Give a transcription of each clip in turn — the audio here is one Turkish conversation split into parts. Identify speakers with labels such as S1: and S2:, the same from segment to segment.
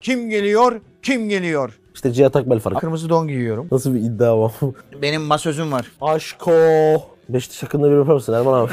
S1: Kim geliyor? Kim geliyor?
S2: İşte Cihat Akbel farkı.
S1: Kırmızı don giyiyorum.
S2: Nasıl bir iddia var?
S1: Benim masözüm var.
S2: Aşko. Beşiktaş hakkında bir yapar mısın Erman abi?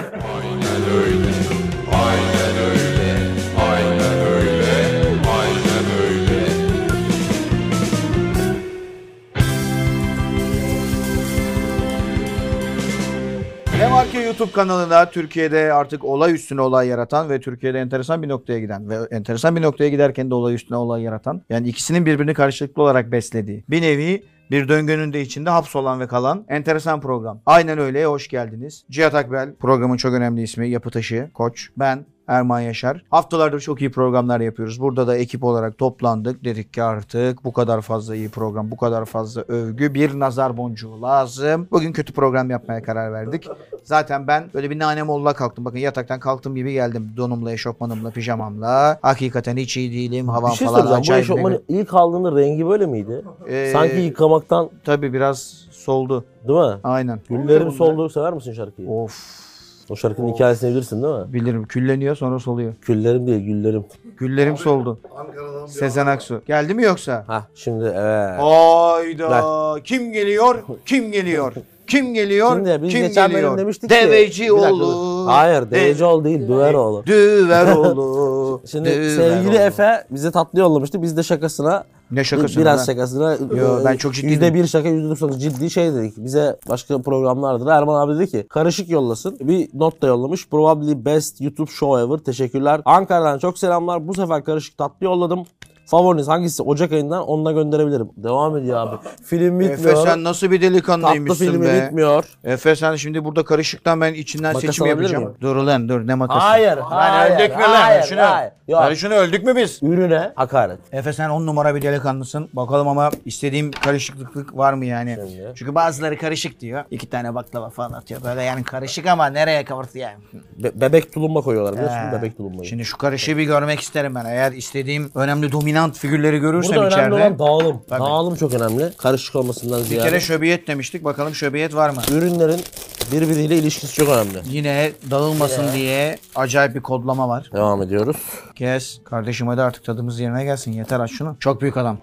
S1: Demarke YouTube kanalına Türkiye'de artık olay üstüne olay yaratan ve Türkiye'de enteresan bir noktaya giden ve enteresan bir noktaya giderken de olay üstüne olay yaratan yani ikisinin birbirini karşılıklı olarak beslediği bir nevi bir döngünün de içinde hapsolan ve kalan enteresan program. Aynen öyle hoş geldiniz. Cihat Akbel programın çok önemli ismi yapı taşı koç ben Erman Yaşar. Haftalarda çok iyi programlar yapıyoruz. Burada da ekip olarak toplandık. Dedik ki artık bu kadar fazla iyi program, bu kadar fazla övgü, bir nazar boncuğu lazım. Bugün kötü program yapmaya karar verdik. Zaten ben böyle bir nane molla kalktım. Bakın yataktan kalktığım gibi geldim. Donumla, eşofmanımla, pijamamla. Hakikaten hiç iyi değilim. Havam
S2: bir şey
S1: falan
S2: soracağım. Bu
S1: acayip.
S2: eşofmanın ilk aldığında rengi böyle miydi?
S1: Ee,
S2: Sanki yıkamaktan
S1: Tabii biraz soldu.
S2: değil mi?
S1: Aynen.
S2: Güllerim soldu. Sever misin şarkıyı?
S1: Of.
S2: O şarkının hikayesini bilirsin değil mi?
S1: Bilirim. Külleniyor sonra soluyor.
S2: Küllerim değil güllerim.
S1: Güllerim soldu. Sezen Aksu. Geldi mi yoksa?
S2: Ha şimdi evet.
S1: Hayda. Kim geliyor? Kim geliyor? Kim geliyor?
S2: Şimdi biz
S1: Kim
S2: geçen
S1: geliyor?
S2: bölüm demiştik ki. Bir
S1: Deveci
S2: dakika, dur.
S1: oğlu.
S2: Hayır deveci oğlu değil düver oğlu.
S1: Düveroğlu.
S2: Şimdi sevgili Efe bize tatlı yollamıştı. Biz de şakasına
S1: Ne şakası
S2: biraz
S1: lan?
S2: şakasına
S1: Yo,
S2: e,
S1: ben çok ciddiydim.
S2: yüzde bir şaka yüzde doksan ciddi şey dedik. Bize başka programlardır. Erman abi dedi ki karışık yollasın. Bir not da yollamış. Probably best YouTube show ever. Teşekkürler. Ankara'dan çok selamlar. Bu sefer karışık tatlı yolladım. Favoriniz hangisi? Ocak ayından onunla gönderebilirim. Devam ediyor abi. Film
S1: Efe
S2: bitmiyor.
S1: sen nasıl bir
S2: tatlı
S1: delikanlıymışsın
S2: filmi
S1: be.
S2: bitmiyor.
S1: Efe sen şimdi burada karışıktan ben içinden
S2: Makas
S1: seçim
S2: alabilir
S1: yapacağım.
S2: miyim?
S1: Dur ulan dur ne makası.
S2: Hayır,
S1: Lan
S2: hayır,
S1: öldük mü
S2: hayır,
S1: lan? Şunu,
S2: hayır. Yok.
S1: Lan şunu öldük mü biz?
S2: Ürüne hakaret.
S1: Efe sen on numara bir delikanlısın. Bakalım ama istediğim karışıklık var mı yani?
S2: Şöyle.
S1: Çünkü bazıları karışık diyor. İki tane baklava falan atıyor. Böyle yani karışık ama nereye kavurdu yani?
S2: Be- bebek tulumba koyuyorlar biliyorsun
S1: Ha.
S2: bebek tulumbayı.
S1: Şimdi şu karışığı bir görmek isterim ben. Eğer istediğim önemli dominant figürleri görürsem
S2: Burada önemli
S1: içeride.
S2: olan dağılım.
S1: Tabii.
S2: Dağılım çok önemli. Karışık olmasından
S1: Bir
S2: ziyade.
S1: kere şöbiyet demiştik. Bakalım şöbiyet var mı?
S2: Ürünlerin birbiriyle ilişkisi çok önemli.
S1: Yine dağılmasın
S2: Ee.
S1: diye acayip bir kodlama var.
S2: Devam ediyoruz.
S1: Kes. Kardeşim hadi artık tadımız yerine gelsin. Yeter aç şunu. Çok büyük adam.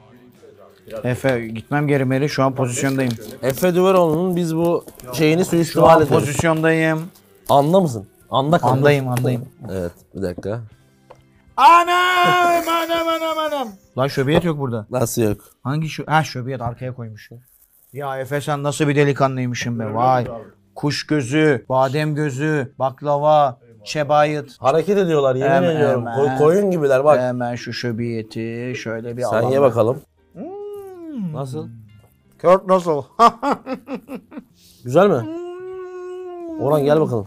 S1: Efe gitmem geri meri. Şu an pozisyondayım.
S2: Efe Duveroğlu'nun biz bu şeyini
S1: Şu
S2: suistimal
S1: an
S2: ediyoruz.
S1: pozisyondayım.
S2: Anla mısın? Anda kaldım.
S1: Andayım andayım.
S2: Evet bir dakika.
S1: Anam anam anam anam. Lan şöbiyet yok burada.
S2: Nasıl yok?
S1: Hangi şu? Ha şöbiyet arkaya koymuş. Ya Efe sen nasıl bir delikanlıymışsın be vay. Kuş gözü, badem gözü, baklava, şebayet.
S2: Hareket ediyorlar yemin
S1: Hemen,
S2: ediyorum.
S1: hemen.
S2: Koy- koyun gibiler bak.
S1: Hemen şu şöbiyeti şöyle bir
S2: Sen
S1: alalım.
S2: ye bakalım.
S1: Hmm.
S2: Nasıl?
S1: Kurt Russell.
S2: Güzel mi? Orhan gel bakalım.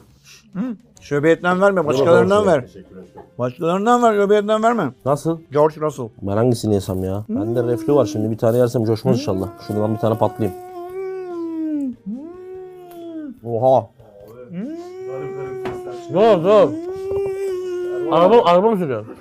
S1: Şöbiyetten verme, başkalarından ver. Başkalarından ver, şöbiyetten verme.
S2: Nasıl?
S1: George Russell.
S2: Ben hangisini yesem ya? Bende reflü var şimdi bir tane yersem coşmaz inşallah. Şuradan bir tane patlayayım. Oha. Dur dur. Araba, araba mı sürüyorsun?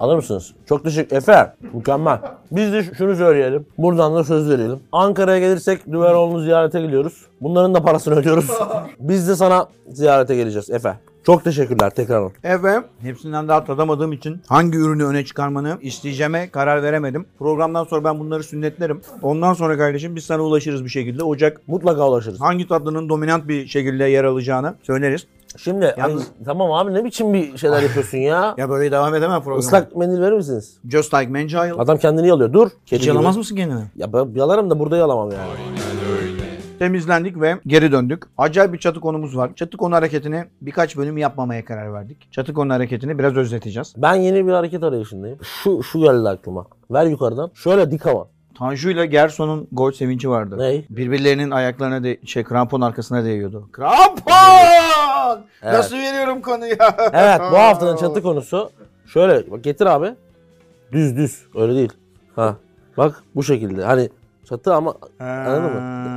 S2: Alır mısınız? Çok teşekkür Efe. Mükemmel. Biz de şunu söyleyelim. Buradan da söz verelim. Ankara'ya gelirsek Düveroğlu'nu ziyarete geliyoruz. Bunların da parasını ödüyoruz. Biz de sana ziyarete geleceğiz Efe. Çok teşekkürler tekrar.
S1: Evet. Hepsinden daha tadamadığım için hangi ürünü öne çıkarmanı isteyeceğime karar veremedim. Programdan sonra ben bunları sünnetlerim. Ondan sonra kardeşim biz sana ulaşırız bir şekilde. Ocak
S2: Mutlaka ulaşırız.
S1: hangi tatlının dominant bir şekilde yer alacağını söyleriz.
S2: Şimdi
S1: Yalnız-
S2: ay, tamam abi ne biçim bir şeyler yapıyorsun ya?
S1: Ya böyle devam edemem program.
S2: Islak mendil verir misiniz?
S1: Just like Mangile.
S2: Adam kendini yalıyor. Dur. Kedi
S1: Hiç
S2: gibi.
S1: yalamaz mısın kendini?
S2: Ya ben yalarım da burada yalamam yani.
S1: Temizlendik ve geri döndük. Acayip bir çatı konumuz var. Çatı konu hareketini birkaç bölüm yapmamaya karar verdik. Çatı konu hareketini biraz özleteceğiz.
S2: Ben yeni bir hareket arayışındayım. Şu şu geldi aklıma. Ver yukarıdan. Şöyle dik ama.
S1: Tanju ile Gerson'un gol sevinci vardı.
S2: Ney?
S1: Birbirlerinin ayaklarına de şey krampon arkasına değiyordu. Krampon!
S2: Evet.
S1: Nasıl veriyorum konuya?
S2: Evet bu haftanın çatı konusu. Şöyle bak getir abi. Düz düz. Öyle değil. Ha. Bak bu şekilde. Hani çatı ama anladın mı?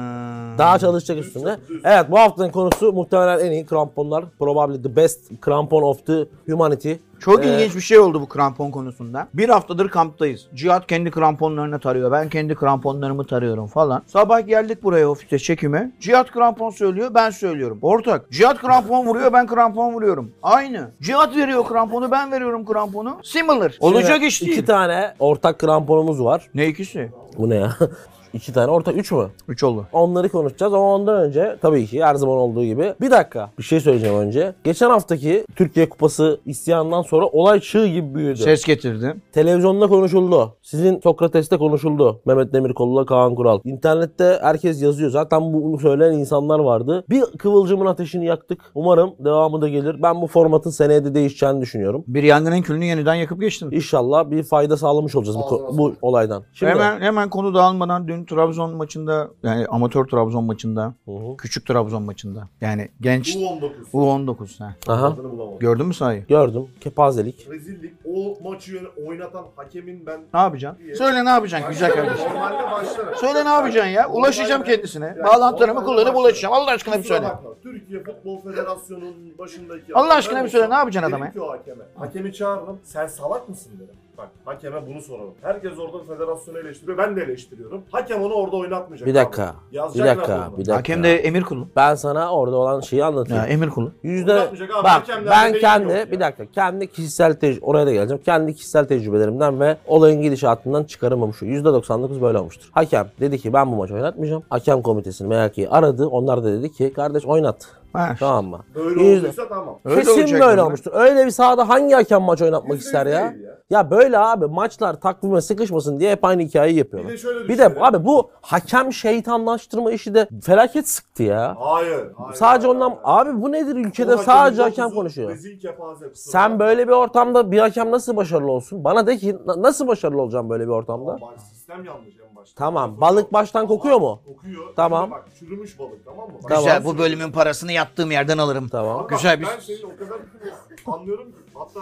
S2: Daha çalışacak üstünde. Evet bu haftanın konusu muhtemelen en iyi kramponlar. Probably the best krampon of the humanity.
S1: Çok
S2: Ee,
S1: ilginç bir şey oldu bu krampon konusunda. Bir haftadır kamptayız. Cihat kendi kramponlarını tarıyor. Ben kendi kramponlarımı tarıyorum falan. Sabah geldik buraya ofiste çekime. Cihat krampon söylüyor ben söylüyorum. Ortak. Cihat krampon vuruyor ben krampon vuruyorum. Aynı. Cihat veriyor kramponu ben veriyorum kramponu. Similar. Olacak
S2: Şimdi
S1: iş
S2: İki
S1: değil.
S2: tane ortak kramponumuz var.
S1: ne ikisi?
S2: Bu ne ya? iki tane ortak. Üç mü?
S1: Üç oldu.
S2: Onları konuşacağız ama ondan önce tabii ki her zaman olduğu gibi. Bir dakika bir şey söyleyeceğim önce. Geçen haftaki Türkiye Kupası isyanından sonra olay çığ gibi büyüdü.
S1: Ses getirdi.
S2: Televizyonda konuşuldu. Sizin Sokrates'te konuşuldu. Mehmet Demirkol'la Kaan Kural. İnternette herkes yazıyor. Zaten bunu söyleyen insanlar vardı. Bir kıvılcımın ateşini yaktık. Umarım devamı da gelir. Ben bu formatın seneye de değişeceğini düşünüyorum.
S1: Bir yangının külünü yeniden yakıp geçtin.
S2: İnşallah bir fayda sağlamış olacağız bu, ko- bu olaydan. Şimdi
S1: Hemen hemen konu dağılmadan dün Trabzon maçında yani amatör Trabzon maçında
S2: Hı hı.
S1: küçük Trabzon maçında yani genç
S3: U19.
S1: U19 ha.
S2: Aha.
S3: Adını bulamadım.
S1: Gördün mü sahayı?
S2: Gördüm. Kepazelik.
S3: Rezillik. O maçı yön- oynatan hakemin ben...
S1: Ne yapacaksın? Söyle ne yapacaksın güzel kardeşim.
S3: Normalde başlarım.
S1: Söyle ne yapacaksın ya? Ulaşacağım kendisine. Bağlantılarımı kullanıp ulaşacağım. Allah aşkına bir
S3: Kusura
S1: söyle.
S3: bakma, Türkiye Futbol Federasyonu'nun başındaki...
S1: Allah
S3: adamlar
S1: aşkına bir
S3: olsa
S1: söyle, ne yapacaksın adama
S3: derim ki o hakeme. Hakemi çağırırım. Sen salak mısın derim. Bak hakeme bunu soralım. Herkes orada federasyonu eleştiriyor. Ben de eleştiriyorum. Hakem onu orada oynatmayacak.
S2: Bir dakika.
S3: abi.
S2: Bir
S3: Yazacak
S2: dakika.
S3: raporuna.
S2: Bir dakika.
S1: Hakem de emir kulu.
S2: Ben sana orada olan şeyi anlatayım.
S1: Ya emir kulu.
S2: Yüzde
S3: Anlatmayacak abi,
S2: bak
S3: hakemlerde
S2: ben
S3: beyin
S2: kendi
S3: yok ya.
S2: bir dakika kendi kişisel tecrübe oraya da geleceğim. Kendi kişisel tecrübelerimden ve olayın gidişatından çıkarımım şu. Yüzde 99 böyle olmuştur. Hakem dedi ki ben bu maçı oynatmayacağım. Hakem komitesini merak iyi aradı. Onlar da dedi ki kardeş oynat.
S1: Ha.
S2: Tamam mı?
S3: Böyle
S2: Yüzde-
S3: olduysa tamam.
S1: Öyle
S2: Kesin
S1: olacak
S2: böyle
S1: bunlar.
S2: olmuştur. Öyle bir sahada hangi hakem maç oynatmak
S3: Yüzde
S2: ister
S3: yüz
S2: ya?
S3: değil ya.
S2: Ya böyle abi maçlar takvime sıkışmasın diye hep aynı hikayeyi yapıyorlar.
S3: Bir de şöyle
S2: Bir de
S3: düşünelim.
S2: abi bu hakem şeytanlaştırma işi de felaket sıktı ya.
S3: Hayır. hayır
S2: Sadece
S3: hayır,
S2: ondan
S3: hayır.
S2: abi bu nedir
S3: Bu
S2: ülkede
S3: hakemin
S2: sadece
S3: dokuzu
S2: hakem konuşuyor.
S3: Rezil kepaze. kusura
S2: Sen
S3: bakma.
S2: böyle bir ortamda bir hakem nasıl başarılı olsun? Bana de ki na- nasıl başarılı olacağım böyle bir ortamda?
S3: Tamam, bak sistem yanlış en başta.
S2: Tamam. Balık baştan kokuyor mu?
S3: Kokuyor.
S2: Tamam.
S3: Bak çürümüş balık tamam mı? Bak,
S2: Tamam.
S1: Güzel bu bölümün parasını yattığım yerden alırım.
S2: Tamam.
S3: Bak,
S1: Güzel bir-
S3: Ben senin o kadar anlıyorum ki hatta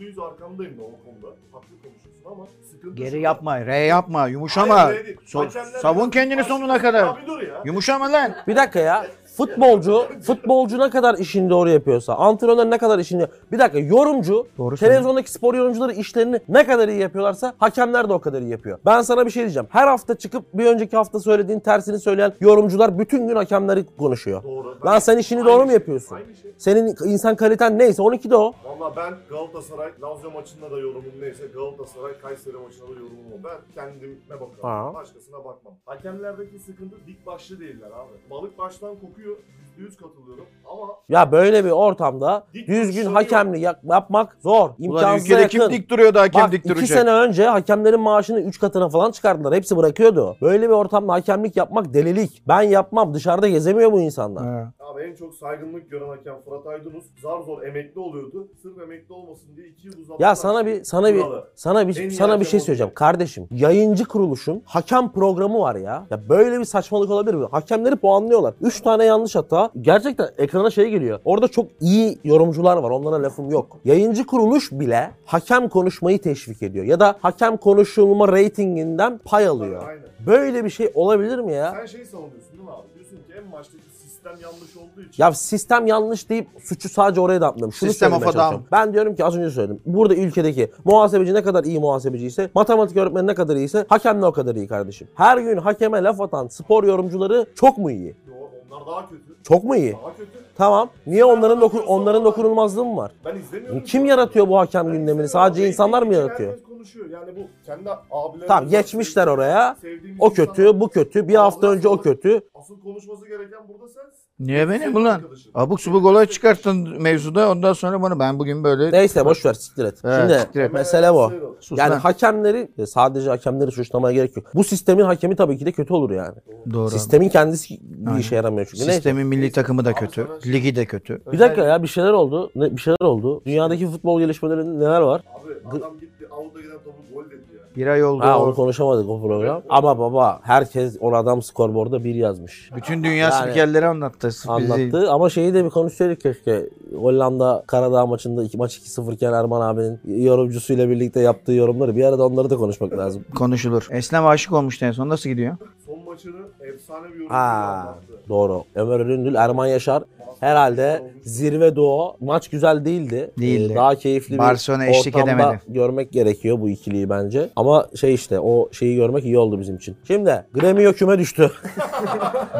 S3: %100 arkandayım da o konuda. Haklı konuşuyorsun ama sıkıntı
S1: Geri
S3: şu.
S1: yapma, re yapma, yumuşama.
S3: Hayır, öyle değil.
S1: So-
S3: Hakemler
S1: savun
S3: biraz-
S1: kendini
S3: Bak,
S1: sonuna kadar.
S3: Abi dur ya.
S1: Yumuşama lan.
S2: Bir dakika ya. Futbolcu, futbolcu ne kadar işini doğru yapıyorsa, antrenör ne kadar işini... Bir dakika yorumcu,
S1: Doğru
S2: televizyondaki spor yorumcuları işlerini ne kadar iyi yapıyorlarsa hakemler de o kadar iyi yapıyor. Ben sana bir şey diyeceğim. Her hafta çıkıp bir önceki hafta söylediğin tersini söyleyen yorumcular bütün gün hakemleri konuşuyor.
S3: Doğru.
S2: Lan sen işini
S3: Aynı
S2: doğru mu
S3: şey,
S2: yapıyorsun?
S3: Aynı şey.
S2: Senin insan kaliten neyse onunki de o.
S3: Valla ben Galatasaray, Lazio maçında da yorumum neyse Galatasaray, Kayseri maçında da yorumum o. Ben kendime bakarım.
S2: Ha.
S3: Başkasına bakmam. Hakemlerdeki sıkıntı dik başlı değiller abi. Balık baştan kokuyor. %100 katılıyorum ama
S2: Ya böyle bir ortamda
S3: Dik
S2: düzgün
S3: duruşları
S2: hakemli yap- yapmak zor.
S1: Ulan
S2: İmkansıza
S1: ülkede
S2: yakın.
S1: kim dik duruyor da hakem
S2: Bak
S1: dik
S2: iki
S1: duracak.
S2: sene önce hakemlerin maaşını 3 katına falan çıkardılar. Hepsi bırakıyordu. Böyle bir ortamda hakemlik yapmak delilik. Ben yapmam. Dışarıda gezemiyor bu insanlar.
S1: Ha.
S3: Abi en çok saygınlık gören hakem Fırat Aydınus zar zor emekli oluyordu. Sırf emekli olmasın diye 2 yıl uzattılar.
S2: Ya sana bir sana bir
S3: Kuralı.
S2: sana
S3: En
S2: bir
S3: iyi
S2: sana bir
S3: hakem
S2: şey
S3: oldu.
S2: söyleyeceğim kardeşim. Yayıncı kuruluşun hakem programı var ya. Ya böyle bir saçmalık olabilir mi? Hakemleri puanlıyorlar. 3 tane yanlış hata. Gerçekten ekrana şey geliyor. Orada çok iyi yorumcular var. Onlara lafım yok. Yayıncı kuruluş bile hakem konuşmayı teşvik ediyor ya da hakem konuşulma reytinginden pay alıyor.
S3: Aynen.
S2: Böyle bir şey olabilir mi ya?
S3: Sen şey savunuyorsun değil mi abi? Diyorsun ki en maçtaki sistem yanlış olduğu için.
S2: Ya sistem yanlış deyip suçu sadece oraya da atmıyorum. Şunu
S1: Sistem
S2: söylemeye
S1: of a
S2: çalışıyorum. Ben diyorum ki az önce söyledim. Burada ülkedeki muhasebeci ne kadar iyi muhasebeci ise, matematik öğretmeni ne kadar iyiyse, hakem de o kadar iyi kardeşim. Her gün hakeme laf atan spor yorumcuları çok mu iyi?
S3: Yo, onlar daha kötü.
S2: Çok mu iyi?
S3: Daha kötü.
S2: Tamam. Niye onların doku- onların dokunulmazlığı mı var?
S3: Ben izlemiyorum.
S2: Kim
S3: ki.
S2: yaratıyor bu
S3: Ben
S2: hakem gündemini?
S3: izlemiyorum.
S2: Sadece insanlar mı
S3: Herkes
S2: yaratıyor?
S3: konuşuyor. Yani bu kendi abiler.
S2: Tamam geçmişler oraya.
S3: Sevdiğimiz
S2: O kötü,
S3: insanlar-
S2: bu kötü. Bir hafta önce o kötü.
S3: Asıl konuşması gereken burada sensin.
S1: Niye
S3: Senin
S1: benim ulan?
S3: arkadaşın.
S1: Abuk subuk olay çıkarttın mevzuda ondan sonra bana ben bugün böyle
S2: Neyse boş ver siktir et.
S1: Evet, siktir
S2: Şimdi
S1: et.
S2: mesele bu.
S1: sus
S2: Yani
S1: lan.
S2: hakemleri e, sadece hakemleri suçlamaya gerek yok. Bu sistemin hakemi tabii ki de kötü olur yani.
S1: Doğru.
S2: Sistemin kendisi bir işe
S1: Aynen.
S2: yaramıyor çünkü. Neyse.
S1: Sistemin milli takımı da
S3: Abi
S1: kötü,
S3: sana-
S1: ligi de kötü.
S2: Bir dakika ya bir şeyler oldu. Ne, bir şeyler oldu. Dünyadaki futbol gelişmelerinde neler var?
S3: Abi adam gitti avuta giden topu gol dedi ya.
S1: Bir ay oldu.
S2: Ha
S1: o-
S2: onu konuşamadık o program. Ama baba herkes on adam skorboarda bir yazmış.
S1: Bütün dünya
S2: Yani-
S1: spikerleri anlattı. Bizi-
S2: Anlattı ama şeyi de bir konuşsaydık keşke. Hollanda Karadağ maçında iki maç 2-0 iken Erman abinin yorumcusuyla birlikte yaptığı yorumları bir arada onları da konuşmak lazım.
S1: Konuşulur. Eslem aşık olmuştu en son. Nasıl gidiyor?
S3: Son maçını efsane bir yorumla
S2: Ha,
S3: anlattı.
S2: doğru. Ömer Üründül, Erman Yaşar herhalde zirve duo. Maç güzel değildi.
S1: Değildi.
S2: Ee, Daha keyifli bir
S1: Barcelona eşlik
S2: ortamda
S1: edemedi.
S2: görmek gerekiyor bu ikiliyi bence. Ama şey işte o şeyi görmek iyi oldu bizim için. Şimdi Gremio küme düştü.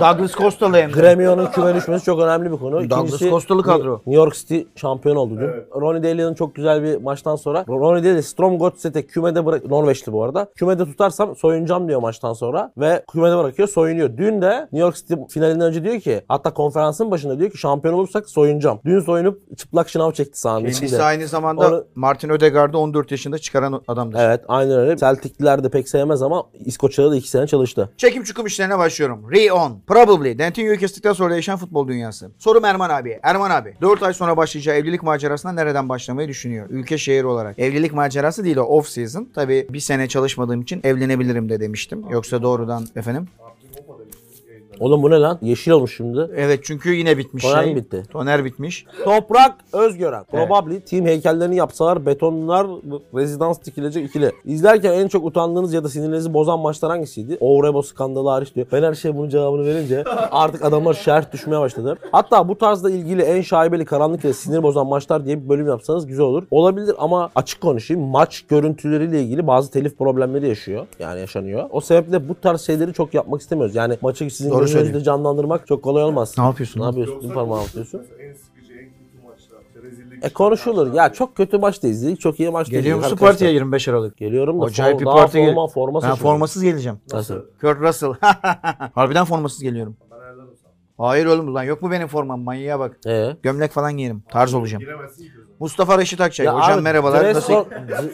S1: Douglas Costalı hem de.
S2: Gremio'nun küme düşmesi çok önemli bir konu.
S1: Douglas Costalı kadro.
S2: New York City şampiyon oldu dün.
S3: Evet.
S2: Ronnie Delia'nın çok güzel bir maçtan sonra. Ronnie Delia Strom Gotset'e kümede bırak... Norveçli bu arada. Kümede tutarsam soyunacağım diyor maçtan sonra. Ve kümede bırakıyor soyunuyor. Dün de New York City finalinden önce diyor ki hatta konferansın başında diyor ki şampiyon olursak soyunacağım. Dün soyunup çıplak şınav çekti sahanın
S1: Kendisi
S2: içinde.
S1: aynı zamanda
S2: Onu-
S1: Martin Ödegaard'ı 14 yaşında çıkaran adamdır.
S2: Evet aynen öyle. Celtic'liler de pek sevmez ama İskoçya'da da iki sene çalıştı.
S1: Çekim çıkım işlerine başlıyorum. Re-on. Probably. Dentinho'yu kestikten sonra değişen futbol dünyası. Sorum Erman abi. Erman abi. 4 ay sonra başlayacağı evlilik macerasına nereden başlamayı düşünüyor? Ülke şehir olarak. Evlilik macerası değil o off season. Tabii bir sene çalışmadığım için evlenebilirim de demiştim. Yoksa doğrudan efendim.
S3: Abdül Hopa demiştim yayında.
S2: Oğlum bu ne lan? Yeşil olmuş şimdi.
S1: Evet çünkü yine bitmiş
S2: Toner
S1: şey.
S2: mi bitti?
S1: Toner bitmiş.
S2: Toprak Özgören. Probably team heykellerini yapsalar betonlar rezidans dikilecek ikili. İzlerken en çok utandığınız ya da sinirinizi bozan maçlar hangisiydi? Ovrebo skandalı hariç diyor. Ben her şey bunun cevabını verince artık adamlar şerh düşmeye başladı. Hatta bu tarzla ilgili en şaibeli karanlık ya da sinir bozan maçlar diye bir bölüm yapsanız güzel olur. Olabilir ama açık konuşayım. Maç görüntüleriyle ilgili bazı telif problemleri yaşıyor. Yani yaşanıyor. O sebeple bu tarz şeyleri çok yapmak istemiyoruz. Yani maçı sizin
S1: Doğru
S2: gözünüzde
S1: söylüyorsun.
S2: canlandırmak çok kolay olmaz.
S1: Ne yapıyorsun
S2: Ne
S1: lan?
S2: yapıyorsun? Ne parmağını atıyorsun?
S3: Mesela En sıkıcı, en kötü maçlar. işte Rezillik.
S2: E konuşulur. Ya çok kötü maç da izledik. Çok iyi maç da
S1: Geliyor
S2: izledik
S1: musun
S2: arkadaşlar.
S1: partiye 25 Aralık?
S2: Geliyorum da
S1: Acayip
S2: for-
S1: bir
S2: daha
S1: parti gel-
S2: forma, forma
S1: Ben
S2: seçiyorum.
S1: formasız geleceğim.
S2: Nasıl?
S1: Kurt Russell. Harbiden formasız geliyorum.
S3: Ben Erdem'im sana.
S1: Hayır oğlum lan yok mu benim formam manyağa bak.
S2: Ee?
S1: Gömlek falan giyerim. Tarz olacağım.
S3: Giremezsin ki o zaman.
S1: Mustafa Reşit Akçay.
S2: Ya
S1: Şey, Hocam
S2: abi,
S1: merhabalar.
S2: dress
S1: Nasıl?
S2: code- dr-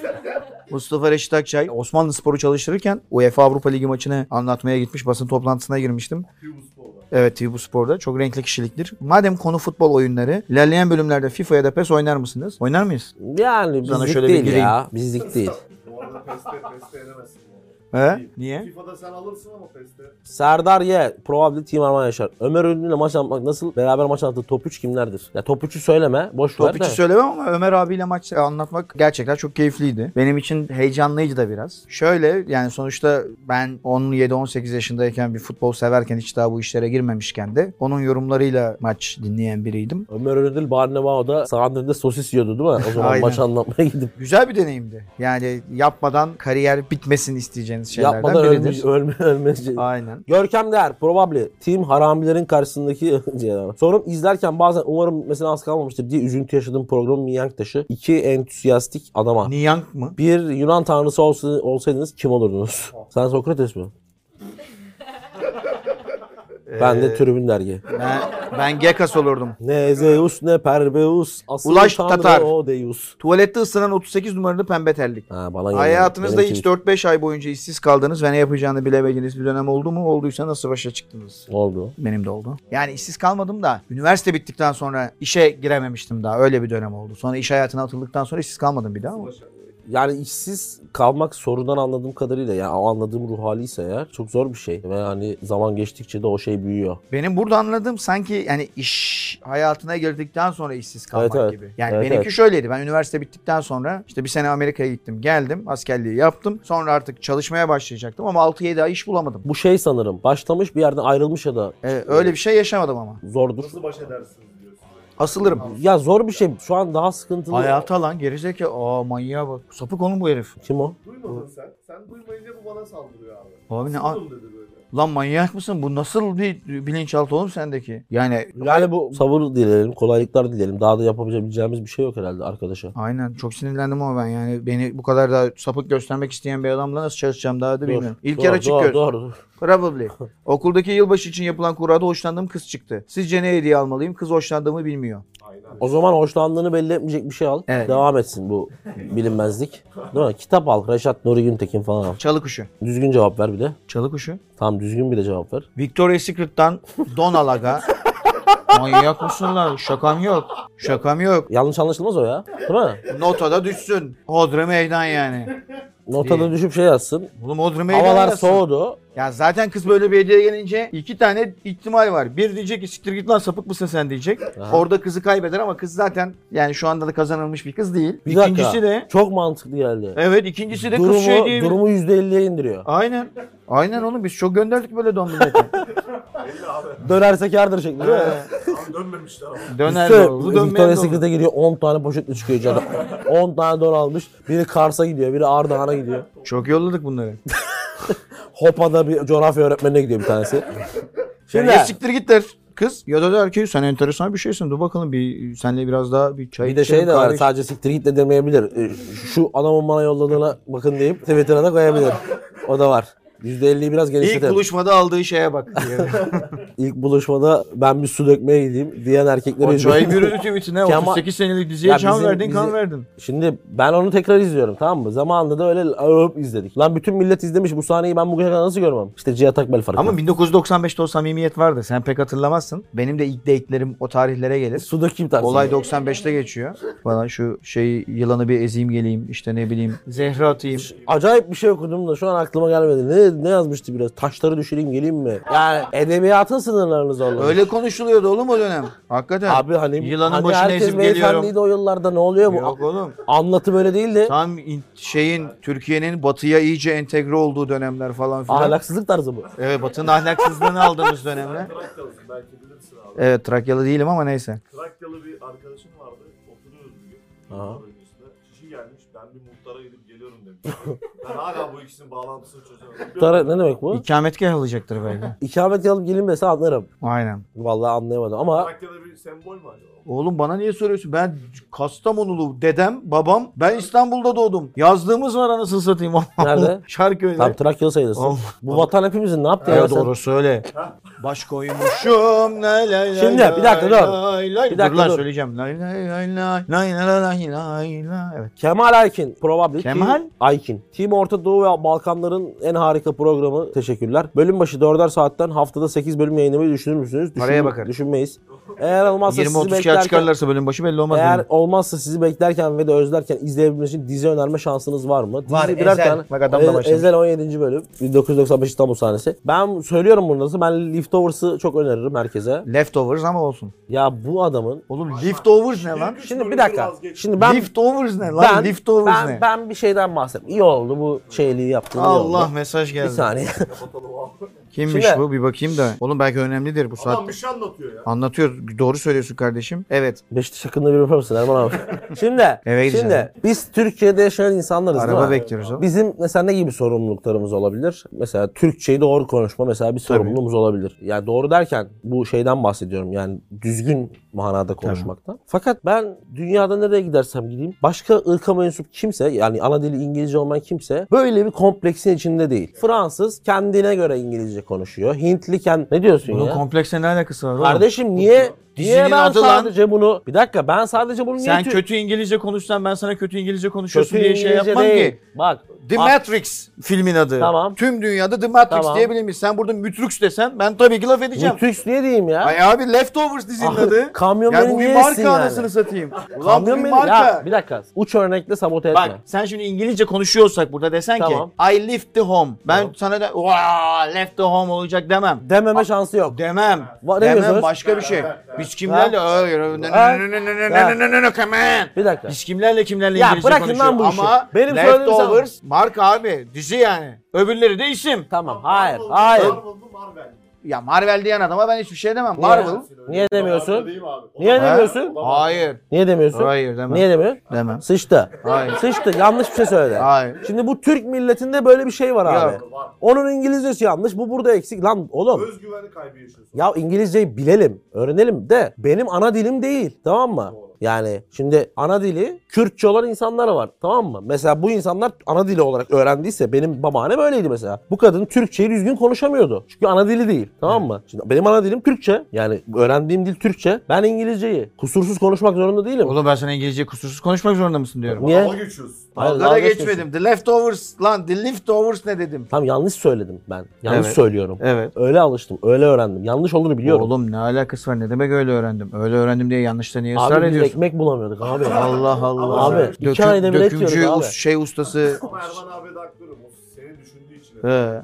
S1: Mustafa Reşit Akçay. Osmanlı Sporu çalıştırırken UEFA Avrupa Ligi maçını anlatmaya gitmiş. Basın toplantısına girmiştim.
S3: Pubus Spor'da.
S1: Evet TV bu sporda. Çok renkli kişiliktir. Madem konu futbol oyunları. ilerleyen bölümlerde FIFA ya da PES oynar mısınız? Oynar mıyız?
S2: yani bizlik
S1: Sana şöyle bir
S2: değil
S1: gireyim.
S2: ya. Bizlik değil.
S3: Bu arada peste, peste edemezsin. yani.
S1: He? Niye?
S3: FIFA'da sen alırsın ama peste.
S2: Serdar Ye, Probably Team Arman Yaşar. Ömer Ünlü'yle maç yapmak nasıl? Beraber maç yaptığı top 3 kimlerdir? Ya top 3'ü söyleme. Boş ver
S1: Top
S2: de.
S1: içi söylemem ama Ömer abiyle maç anlatmak gerçekten çok keyifliydi. Benim için heyecanlıydı da biraz. Şöyle yani sonuçta ben 17-18 yaşındayken bir futbol severken hiç daha bu işlere girmemişken de onun yorumlarıyla maç dinleyen biriydim.
S2: Ömer Ünlü Barnevao'da sahanın önünde sosis yiyordu değil mi? O zaman
S1: Aynen.
S2: maç anlatmaya gidip
S1: Güzel bir deneyimdi. Yani yapmadan kariyer bitmesini isteyeceğiniz şeylerden
S2: yapmadan
S1: biridir.
S2: ölmüş, ölme, ölmesi.
S1: Aynen.
S2: Görkem Değer probably Team Haramilerin karşısındaki sorun izlerken bazen umarım mesela az kalmamıştır diye üzüntü yaşadığım programın Yang taşı. İki entüziyastik adama.
S1: Niyank mı?
S2: Bir Yunan tanrısı olsa, olsaydınız kim olurdunuz? Sen Sokrates mi? ben
S1: Ee,
S2: de tribün dergi.
S1: Ben, ben Gekas olurdum.
S2: Ne Zeus ne Perbeus. Asıl
S1: Ulaş
S2: tanrı
S1: Tatar.
S2: O Deus.
S1: Tuvalette ısınan 38 numaralı pembe terlik.
S2: Ha, bana geliyor.
S1: Hayatınızda
S2: Ee, Benimki
S1: hiç 4-5 ay boyunca işsiz kaldınız ve ne yapacağını bilemediğiniz bir dönem oldu mu? Olduysa nasıl başa çıktınız?
S2: Oldu.
S1: Benim de oldu. Yani işsiz kalmadım da üniversite bittikten sonra işe girememiştim daha. Öyle bir dönem oldu. Sonra iş hayatına atıldıktan sonra işsiz kalmadım bir daha ama.
S2: Yani işsiz kalmak sorudan anladığım kadarıyla yani o anladığım ruh haliyse eğer çok zor bir şey. Ve hani zaman geçtikçe de o şey büyüyor.
S1: Benim burada anladığım sanki yani iş hayatına girdikten sonra işsiz kalmak
S2: Evet, evet.
S1: gibi. Yani
S2: Evet,
S1: benimki
S2: evet.
S1: şöyleydi. Ben üniversite bittikten sonra işte bir sene Amerika'ya gittim. Geldim. Askerliği yaptım. Sonra artık çalışmaya başlayacaktım ama 6-7 ay iş bulamadım.
S2: Bu şey sanırım başlamış bir yerden ayrılmış ya da
S1: Ee, öyle bir şey yaşamadım ama.
S2: zordur.
S3: Nasıl baş edersiniz diyor size.
S1: Asılırım.
S2: Ya zor bir şey. Şu an daha sıkıntılı.
S1: Hayata lan gerizekalı. Aa manyağa bak. Sapık oğlum bu herif.
S2: Kim o?
S3: Duymadın sen. Sen duymayınca bu bana saldırıyor abi.
S1: Abi ne-
S3: Sıkıldım dedi böyle.
S1: Lan manyak mısın? Bu nasıl bir bilinçaltı oğlum sendeki? Yani
S2: Yani bu sabır dileyelim, kolaylıklar dileyelim. Daha da yapabileceğimiz bir şey yok herhalde arkadaşa.
S1: Aynen çok sinirlendim ama ben yani beni bu kadar da sapık göstermek isteyen bir adamla nasıl çalışacağım daha da bilmiyorum. İlk
S2: Doğru,
S1: yarı açık
S2: doğru,
S1: göz.
S2: Doğru, doğru.
S1: Probably. Okuldaki yılbaşı için yapılan kurada hoşlandığım kız çıktı. Sizce ne hediye almalıyım? Kız hoşlandığımı bilmiyor.
S3: Aynen.
S2: O zaman hoşlandığını belli etmeyecek bir şey al.
S1: Evet.
S2: Devam etsin bu bilinmezlik. Değil mi? Kitap al. Reşat Nuri Güntekin falan al.
S1: Çalı kuşu.
S2: Düzgün cevap ver bir de.
S1: Çalı kuşu.
S2: Tamam düzgün bir de cevap ver.
S1: Victoria's Secret'tan Donalaga. Manyak mısın lan? Şakam yok. Şakam yok.
S2: Yanlış anlaşılmaz o ya. Değil mi?
S1: Notada düşsün. Hodri meydan yani.
S2: Notada
S1: Değil.
S2: düşüp şey yazsın.
S1: Oğlum Hodri meydan
S2: Havalar
S1: yazsın.
S2: soğudu.
S1: Ya zaten kız böyle bir hediye gelince iki tane ihtimal var. Bir diyecek ki siktir git lan sapık mısın sen diyecek.
S2: Aha.
S1: Orada kızı kaybeder ama kız zaten yani şu anda da kazanılmış bir kız değil.
S2: Bir
S1: ikincisi
S2: dakika.
S1: de
S2: Çok mantıklı geldi.
S1: evet ikincisi de
S2: durumu,
S1: kız şey diye.
S2: durumu %50'ye indiriyor.
S1: Aynen. Aynen oğlum biz çok gönderdik böyle don bileti.
S3: Belli abi.
S2: Dönerse kârdır şeklinde. değil mi?
S3: Abi dönmemişler ama.
S1: Döner
S2: Üstüne
S1: don. Bu
S2: Victoria's
S1: dönmeyen don.
S2: Secret'e giriyor 10 tane poşetle çıkıyor içeride. 10 tane don almış. Biri Kars'a gidiyor, biri Ardahan'a gidiyor.
S1: Çok yolladık bunları.
S2: Hopa'da bir coğrafya öğretmenine gidiyor bir tanesi. Şey
S1: Şimdi
S2: Şimdi
S1: siktir git der kız. Ya da der ki sen enteresan bir şeysin. Dur bakalım bir senle biraz daha bir çay
S2: bir de şey
S1: içelim,
S2: de var
S1: kahve
S2: sadece siktir git de demeyebilir. E, Şu adamın bana yolladığına bakın deyip Twitter'a da koyabilir. O da var. %50'yi
S1: içelim.
S2: biraz
S1: İlk
S2: genişletelim.
S1: buluşmada aldığı şeye bak.
S2: İlk buluşmada ben bir su dökmeye gideyim diyen erkekleri
S1: o
S2: üzüyorum.
S1: çay gürültü tweetine
S2: Kemal-
S1: 38 senelik diziye
S2: Ya
S1: can
S2: bizim-
S1: verdin kan
S2: bizi-
S1: verdin.
S2: Şimdi ben onu tekrar izliyorum tamam mı? Zamanında da öyle öp izledik. Lan bütün millet izlemiş bu sahneyi ben bugüne kadar nasıl görmem? İşte Cihat Akbel farkı.
S1: Ama 1995'te o samimiyet vardı. Sen pek hatırlamazsın. Benim de ilk date'lerim o tarihlere gelir.
S2: su dökeyim tarzı.
S1: Olay 95'te geçiyor. Bana şu şey yılanı bir ezeyim geleyim işte ne bileyim zehra atayım.
S2: Acayip bir şey okudum da şu an aklıma gelmedi. Ne, ne yazmıştı biraz? Taşları düşüreyim geleyim mi? Yani edebiyatın sınırlarını zorlamış.
S1: Öyle konuşuluyordu oğlum o dönem. Hakikaten.
S2: Abi hani,
S1: yılanın
S2: hani
S1: başına
S2: herkes
S1: ezip geliyorum.
S2: beyefendiydi o yıllarda ne oluyor bu?
S1: Yok oğlum.
S2: Anlatım öyle değildi.
S1: Tam in- şeyin Türkiye'nin batıya iyice entegre olduğu dönemler falan filan.
S2: Ahlaksızlık tarzı bu.
S1: Evet batının ahlaksızlığını aldığımız dönemler.
S3: Trakyalısın belki bilirsin abi.
S1: Evet Trakyalı değilim ama neyse.
S3: Trakyalı bir arkadaşım vardı. Oturuyoruz bir gün.
S2: Aha.
S3: Yolun üstünde. Şişi gelmiş. Ben bir muhtara gidip geliyorum demiş. ben hala bu ikisinin bağlantısını çözemedim.
S2: Tara, ne demek bu?
S1: İkametgah alacaktır belki.
S2: İkamet alıp gelin dese anlarım.
S1: Aynen.
S2: Vallahi anlayamadım ama
S3: Trakya'da bir sembol mü acaba?
S1: Oğlum bana niye soruyorsun? Ben Kastamonulu dedem, babam. Ben İstanbul'da doğdum. Yazdığımız var anasını satayım.
S2: Nerede?
S1: Şarköy'de.
S2: tam Trakyalı sayılırsın.
S1: Oğlum.
S2: Bu vatan hepimizin ne yaptı ya?
S1: Evet
S2: sen?
S1: doğrusu öyle. Baş koymuşum. Lay lay lay
S2: Şimdi,
S1: lay
S2: bir dakika, dur.
S1: lay lay.
S2: Bir dakika,
S1: Dur lan
S2: dur.
S1: söyleyeceğim. Lay lay lay lay lay lay lay lay lay. Evet.
S2: Kemal Aykin probably.
S1: Kemal?
S2: Team Aykin. Team Orta Doğu ve Balkanların en harika programı. Teşekkürler. Bölüm başı 4'er saatten haftada 8 bölüm yayınlamayı düşünür müsünüz? Düşün-
S1: Paraya bakar.
S2: Düşünmeyiz. Eğer olmazsa sizi
S1: 20-30 kağıt
S2: beklerken...
S1: çıkarlarsa bölüm başı belli olmaz.
S2: Eğer
S1: benim.
S2: olmazsa sizi beklerken ve de özlerken izleyebilmek için dizi önerme şansınız var mı? Dizi
S1: Var,
S2: birer
S1: Ezel.
S2: tane-
S1: Bak adam da
S2: E-
S1: başlamış.
S2: Ezel 17. bölüm. 1995 İstanbul sahnesi. Ben söylüyorum bunu nasıl. Ben Leftovers'ı çok öneririm herkese.
S1: Leftovers ama olsun.
S2: Ya bu adamın...
S1: Oğlum leftovers ne lan?
S3: Üç
S2: Şimdi bir
S3: bölümdür
S2: dakika.
S3: vazgeç.
S2: Şimdi ben...
S1: leftovers ne lan?
S2: ben,
S1: leftovers
S2: ben,
S1: ne?
S2: ben bir şeyden bahsedeyim. İyi oldu bu şeyliği yaptın. iyi
S1: Allah
S2: oldu.
S1: mesaj
S2: Bir
S1: geldi.
S2: saniye.
S3: Kapatalım abi.
S1: Kimmiş
S2: Şimdi-
S1: bu? Bir bakayım da. Oğlum belki önemlidir bu
S3: Adam
S1: saat.
S3: bir şey anlatıyor ya.
S1: Anlatıyor. Doğru söylüyorsun kardeşim. Evet.
S2: Beşiktaş hakkında bir yapar mısın Erman abi? şimdi,
S1: Eve gideceğim.
S2: şimdi biz Türkiye'de yaşayan insanlarız değil
S1: Araba
S2: mi?
S1: bekliyoruz oğlum.
S2: Bizim mesela ne gibi sorumluluklarımız olabilir? Mesela Türkçeyi doğru konuşma mesela bir sorumluluğumuz olabilir. Yani doğru derken bu şeyden bahsediyorum yani düzgün manada konuşmaktan. Fakat ben dünyada nereye gidersem gideyim başka ırka mensup kimse yani ana dili İngilizce olmayan kimse böyle bir kompleksin içinde değil. Fransız kendine göre İngilizce konuşuyor. Hintli kend... Ne diyorsun
S1: Bunun
S2: ya?
S1: komplekse ne alakası var oğlum?
S2: Kardeşim niye? Niye
S1: Dizinin
S2: ben
S1: adı lan-
S2: sadece bunu... Bir dakika ben sadece bunu niye...
S1: Sen
S2: tü-
S1: kötü İngilizce konuşsan ben sana kötü İngilizce konuşuyorsun diye şey
S2: İngilizce
S1: yapmam
S2: değil.
S1: ki.
S2: Bak.
S1: The
S2: bak,
S1: Matrix filmin adı.
S2: Tamam.
S1: Tüm dünyada The Matrix
S2: Tamam.
S1: diyebilir miyiz? Sen burada Matrix desen ben tabii ki laf edeceğim.
S2: Müthiş ne diyeyim ya?
S1: Ay abi Leftovers dizinin
S2: Ah,
S1: adı.
S2: kamyon
S1: yani
S2: beni
S1: bu bir
S2: niye
S1: marka
S2: yesin yani?
S1: anasını satayım. Ulan bu
S2: Kamyon
S1: bir
S2: beni...
S1: marka.
S2: Ya bir dakika. Uç örnekle sabote etme.
S1: Bak sen şimdi İngilizce konuşuyorsak burada desen
S2: Tamam.
S1: ki I left the home. Ben
S2: Tamam.
S1: sana da "Vaa, left the home olacak demem.
S2: Dememe şansı yok.
S1: Demem.
S2: Va- ne
S1: demem
S2: diyorsunuz?
S1: başka bir şey. Biz kimlerle hayır, nö- nö-
S2: Ha?
S1: nö- nö- nö-
S2: Ha?
S1: nö- nö- nö- nö- come on.
S2: Bir dakika.
S1: Biz kimlerle kimlerle
S2: Ya
S1: İngilizce
S2: bırakın lan
S1: konuşuyoruz
S2: bu işi.
S1: ama
S2: Benim söylediğim
S1: Leftovers marka abi dizi yani. Öbürleri de isim.
S2: Tamam. Hayır.
S3: Marvel,
S2: Hayır.
S3: Marvel mı Marvel mi?
S1: Ya Marvel diyen adama ben hiçbir şey demem.
S2: Niye?
S1: Marvel.
S2: Niye demiyorsun?
S3: Marvel değil mi abi? O
S2: Niye
S3: zaman-
S2: demiyorsun?
S3: O zaman-
S1: Hayır.
S2: Niye demiyorsun?
S1: Hayır demem.
S2: Niye demiyor?
S1: Demem.
S2: Sıçtı.
S1: Hayır.
S2: Sıçtı. Yanlış bir şey söyledi.
S1: Hayır.
S2: Şimdi bu Türk milletinde böyle bir şey var abi.
S1: Yok.
S3: Var.
S2: Onun İngilizcesi yanlış. Bu burada eksik. Lan oğlum.
S3: Özgüveni kaybı yaşıyorsun.
S2: Ya İngilizceyi bilelim, öğrenelim de benim ana dilim değil. Tamam mı?
S3: Doğru.
S2: Yani şimdi ana dili Kürtçe olan insanlar var. Tamam mı? Mesela bu insanlar ana dili olarak öğrendiyse benim babaannem öyleydi mesela. Bu kadın Türkçeyi düzgün konuşamıyordu. Çünkü ana dili değil. Tamam mı? Şimdi benim ana dilim Türkçe. Yani öğrendiğim dil Türkçe. Ben İngilizceyi kusursuz konuşmak zorunda değilim.
S1: Oğlum ben sana İngilizce kusursuz konuşmak zorunda mısın diyorum.
S2: Niye?
S3: Dalga geçiyorsun.
S2: Hayır,
S1: Dalga
S2: dalga geçmiyorsun.
S1: geçmedim. The leftovers lan. The leftovers ne dedim?
S2: Tam yanlış söyledim ben. Yanlış
S1: Evet.
S2: söylüyorum.
S1: Evet.
S2: Öyle alıştım, öyle öğrendim. Yanlış olduğunu biliyorum.
S1: Oğlum ne alakası var? Ne demek öyle öğrendim? Öyle öğrendim diye yanlışta niye ısrar
S2: Abi biz
S1: ediyorsun?
S2: ekmek bulamıyorduk abi.
S1: Allah Allah.
S2: Abi, iki ayda bile
S1: dökümcü
S2: yetiyoruz abi.
S1: us- şey ustası
S3: Ama Erman abi de haklı. O seni düşündüğü için.
S1: He.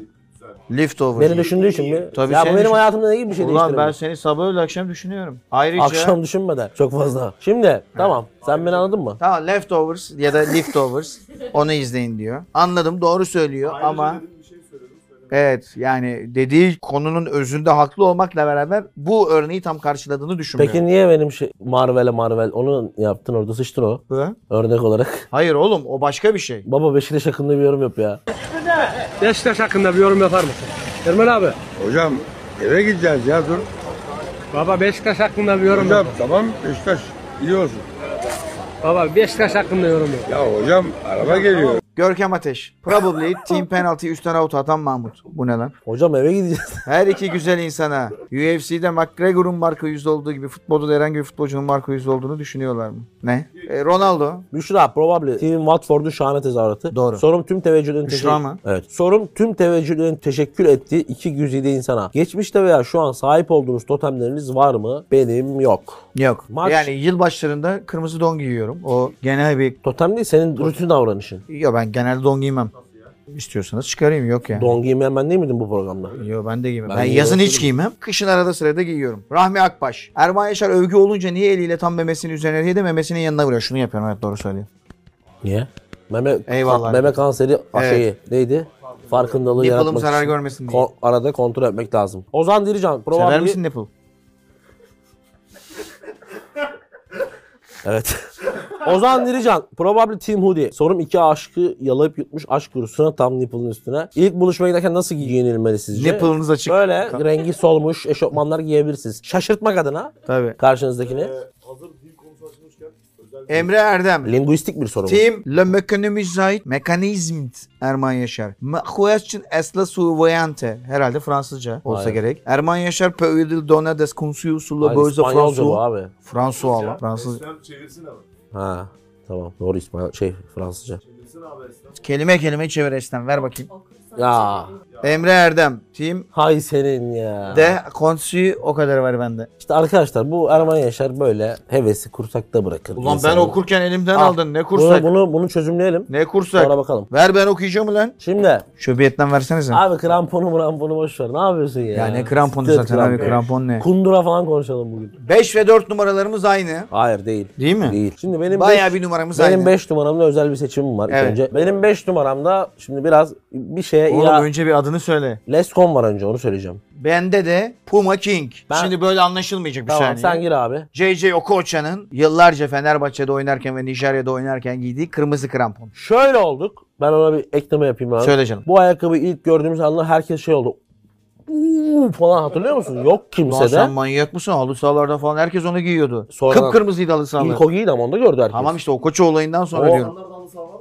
S3: Güzel.
S1: leftovers.
S2: Beni düşündüğü için mi?
S1: Tabii
S2: ya bu
S1: seni
S2: benim
S1: düşün-
S2: hayatımda ne gibi bir şey
S1: Ulan ben
S2: değiştirdi?
S1: seni sabah öyle akşam düşünüyorum. Ayrıca
S2: Akşam düşünmeden. Çok fazla. Şimdi tamam. Sen beni anladın mı?
S1: Tamam leftovers ya da leftovers onu izleyin diyor. Anladım doğru söylüyor
S3: Ayrıca
S1: ama
S3: dedim bir şey söyledim. Söyle.
S1: Evet yani dediği konunun özünde haklı olmakla beraber bu örneği tam karşıladığını düşünmüyorum.
S2: Peki niye benim şey Marvel'e Marvel onu yaptın orada sıçtın o
S1: Hı?
S2: örnek olarak.
S1: Hayır oğlum o başka bir şey.
S2: Baba Beşiktaş hakkında bir yorum yap ya.
S4: Beşiktaş hakkında bir yorum yapar mısın? Ermen abi.
S5: Hocam eve gideceğiz ya dur.
S4: Baba Beşiktaş hakkında bir yorum
S5: Hocam
S4: yap.
S5: tamam Beşiktaş iyi olsun.
S4: Baba Beşiktaş hakkında yorum yap.
S5: Ya hocam araba geliyor.
S1: Görkem Ateş. Probably team penalty üstten out atan Mahmut. Bu ne lan?
S2: Hocam eve gideceğiz.
S1: Her iki güzel insana UFC'de McGregor'un marka yüzde olduğu gibi futbolda da herhangi bir futbolcunun marka yüzde olduğunu düşünüyorlar mı? Ne? E, Ronaldo.
S2: Büşra probably Steven Watford'un şahane tezahüratı.
S1: Doğru.
S2: Sorum tüm teveccühlerin
S1: Büşra
S2: teşekkür-
S1: mı?
S2: Evet. Sorum tüm teveccühlerin teşekkür ettiği iki güzide insana. Geçmişte veya şu an sahip olduğunuz totemleriniz var mı? Benim yok.
S1: Yok.
S2: Maç-
S1: Yani yıl başlarında kırmızı don giyiyorum. O genel bir...
S2: Totem değil senin rutin davranışın.
S1: Yo ben genelde don giymem. İstiyorsanız çıkarayım yok yani.
S2: Don giymeyen ben değil miydim bu programda?
S1: Yo ben de giymem. Ben,
S2: Ben giyiyorum.
S1: yazın hiç giymem. Kışın arada sırada giyiyorum. Rahmi Akbaş. Erman Yaşar övgü olunca niye eliyle tam memesinin üzerine değil de memesinin yanına vuruyor. Şunu yapıyorum evet doğru söylüyor.
S2: Niye? Meme,
S1: Eyvallah.
S2: meme kanseri aşeyi neydi? Farkındalığı
S1: Yapalım
S2: yaratmak
S1: zarar
S2: için.
S1: görmesin diye.
S2: Ko- arada kontrol etmek lazım. Ozan Dirican
S1: Sever
S2: probably
S1: misin Nipple?
S2: Evet. Ozan Dirican, probably Team Hoodie. Sorum iki aşkı yalayıp yutmuş aşk kurusuna tam nipple'ın üstüne. İlk buluşmaya giderken nasıl giyinilmeli sizce?
S1: Nipple'ınız açık.
S2: Böyle rengi solmuş eşofmanlar giyebilirsiniz. Şaşırtmak adına
S1: Tabii.
S2: karşınızdakini.
S3: Hazır dil konusu açılmışken özel
S1: Emre Erdem.
S2: Linguistik bir soru bu.
S1: Tim le mekanizait mekanizmt Erman Yaşar. Ma question es la surveillante. Herhalde Fransızca olsa
S2: Hayır.
S1: gerek. Erman Yaşar peut il donner des conseils sur le
S2: Hayır,
S1: beurre
S2: İspanyolca bu
S1: François.
S2: abi.
S1: François
S3: Ya,
S1: lan. Fransız.
S3: Eslem çevirsin abi.
S2: Ha. Tamam doğru İspanyol şey Fransızca.
S3: Çevirsin abi Eslem.
S1: Kelime kelime çevir Eslem ver bakayım.
S2: Ya.
S1: Emre Erdem. Tim
S2: Hay senin ya.
S1: de conseil o kadar var bende.
S2: İşte arkadaşlar bu Erman Yaşar böyle hevesi kursakta bırakır.
S1: Ulan ben
S2: İnsanı.
S1: okurken elimden
S2: Al.
S1: aldın. Ne kursak?
S2: Bunu, bunu, bunu çözümleyelim.
S1: Ne kursak?
S2: Sonra bakalım.
S1: Ver ben okuyacağım lan.
S2: Şimdi
S1: Şöbiyetten versenize.
S2: Abi kramponu mramponu boş ver. Ne yapıyorsun ya?
S1: Ya ne kramponu
S2: Siktir
S1: zaten abi, krampon ne?
S2: Kundura falan konuşalım bugün.
S1: 5 ve 4 numaralarımız aynı.
S2: Hayır değil.
S1: Değil mi?
S2: Değil. Şimdi benim
S1: Bayağı
S2: beş-
S1: bir numaramız
S2: benim
S1: aynı.
S2: 5 numaramda özel bir seçimim var
S1: Evet.
S2: ilk önce. Benim 5 numaramda şimdi biraz bir şeye
S1: Oğlum
S2: ya
S1: önce bir adını söyle.
S2: Lescon var önce onu söyleyeceğim.
S1: Bende de Puma King.
S2: Ben-
S1: Şimdi böyle anlaşılmayacak bir
S2: Tamam sen
S1: saniye.
S2: gir abi.
S1: JJ Okocha'nın yıllarca Fenerbahçe'de oynarken ve Nijerya'da oynarken giydiği kırmızı krampon.
S2: Şöyle olduk. Ben ona bir ekleme yapayım abi.
S1: Söyle canım.
S2: Bu ayakkabıyı ilk gördüğümüz anda herkes şey oldu. "Uuu" falan hatırlıyor musun? Yok
S1: Lan
S2: kimse de.
S1: sen manyak mısın? Halı sahalarda falan herkes onu giyiyordu.
S2: Sonradan-
S1: Kıpkırmızıydı halı sahalar.
S2: İlk o giydi ama onu da gördü herkes.
S1: Tamam işte Okocha olayından sonra
S2: O-
S1: diyorum.
S3: Onlar da halı saha var mı?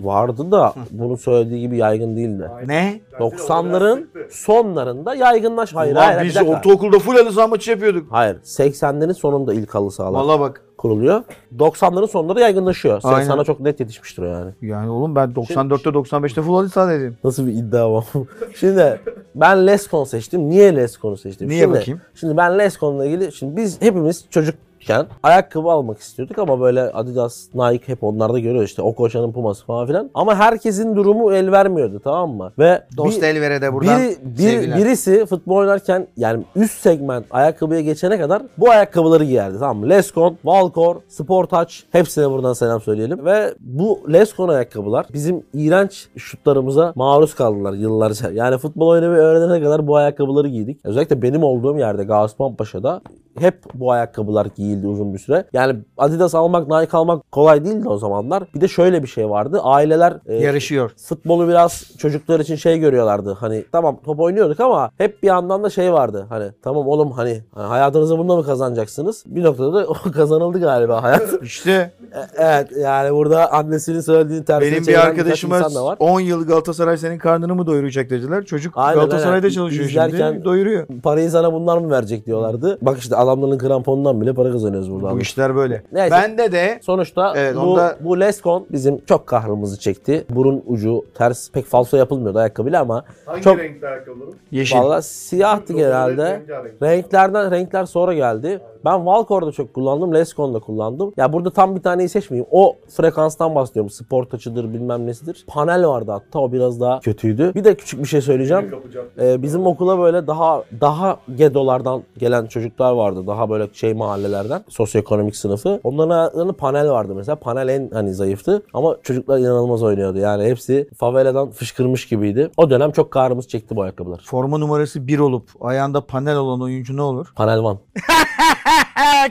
S2: Vardı da bunu söylediği gibi yaygın değildi.
S1: Ne?
S3: Bence de o biraz
S2: 90'ların
S3: sıktı.
S2: sonlarında yaygınlaş. Hayır
S1: Ulan
S2: hayır. bir
S1: biz
S2: dakika.
S1: ortaokulda full halı saha maçı yapıyorduk.
S2: Hayır. 80'lerin sonunda ilk halı sahalar
S1: Valla bak.
S2: kuruluyor. 90'ların sonları yaygınlaşıyor. Sen,
S1: Aynen.
S2: sana çok net yetişmiştir o yani.
S1: Yani oğlum ben 94'te 95'te full halı saha dedim.
S2: Nasıl bir iddia var? şimdi ben Lescon seçtim. Niye Lescon'u seçtim?
S1: Niye
S2: şimdi,
S1: bakayım?
S2: Şimdi ben Lescon'la ilgili şimdi biz hepimiz çocukken ayakkabı almak istiyorduk ama böyle Adidas, Nike hep onlarda görüyoruz işte Okoşa'nın Puması falan filan. Ama herkesin durumu el vermiyordu tamam mı? Ve bir-
S1: Dost Elver'e de buradan
S2: Biri- biri-
S1: sevgiler.
S2: birisi futbol oynarken yani üst segment ayakkabıya geçene kadar bu ayakkabıları giyerdi tamam mı? Lescon, Valcor, Sportage hepsine buradan selam söyleyelim. Ve bu Lescon ayakkabılar bizim iğrenç şutlarımıza maruz kaldılar yıllarca. Yani futbol oynamayı öğrenene kadar bu ayakkabıları giydik. Özellikle benim olduğum yerde Gazipaşa'da hep bu ayakkabılar giyildi uzun bir süre. Yani Adidas almak, Nike almak kolay değildi o zamanlar. Bir de şöyle bir şey vardı. Aileler e,
S1: yarışıyor.
S2: futbolu biraz çocuklar için şey görüyorlardı. Hani tamam top oynuyorduk ama hep bir yandan da şey vardı. Hani tamam oğlum hani hani hayatınızı bununla mı kazanacaksınız? Bir noktada da o kazanıldı galiba hayat.
S1: İşte
S2: E- evet yani burada annesinin söylediğini tersine
S1: Benim bir
S2: çeviren birkaç
S1: arkadaşıma
S2: insan da var.
S1: 10 yıl Galatasaray senin karnını mı doyuracak dediler. Çocuk
S2: Aynen,
S1: Galatasaray'da
S2: aynen.
S1: çalışıyor şimdi.
S2: İzlerken-
S1: Doyuruyor.
S2: Parayı sana bunlar mı verecek diyorlardı. Bak işte adamların kramponundan bile para kazanıyoruz buradan.
S1: Bu işler böyle.
S2: Neyse.
S1: Bende de
S2: Sonuçta
S1: Evet,
S2: bu,
S1: onda-
S2: bu Lescon bizim çok kahrımızı çekti. Burun ucu ters pek falso yapılmıyordu ayakkabıyla ama
S3: Hangi
S2: çok
S3: renkli ayakkabıların?
S1: yeşil.
S2: Valla siyahtı
S3: Yok, öyle
S2: genelde.
S3: rengarenk.
S2: Renklerden renkler sonra geldi. Ben Valkor'da çok kullandım. Lescon'da kullandım. Ya burada tam bir taneyi seçmeyeyim. O frekanstan bahsediyorum. Spor taçıdır bilmem nesidir. Panel vardı hatta o biraz daha kötüydü. Bir de küçük bir şey söyleyeceğim.
S3: Kapacak.
S2: Ee, bizim okula böyle daha daha gedolardan gelen çocuklar vardı. Daha böyle şey mahallelerden. Sosyoekonomik sınıfı. Onların hayatlarında panel vardı mesela. Panel en hani zayıftı. Ama çocuklar inanılmaz oynuyordu. Yani hepsi faveladan fışkırmış gibiydi. O dönem çok kahrımız çekti bu ayakkabılar.
S1: Forma numarası 1 olup ayağında panel olan oyuncu ne olur?
S2: Panel van.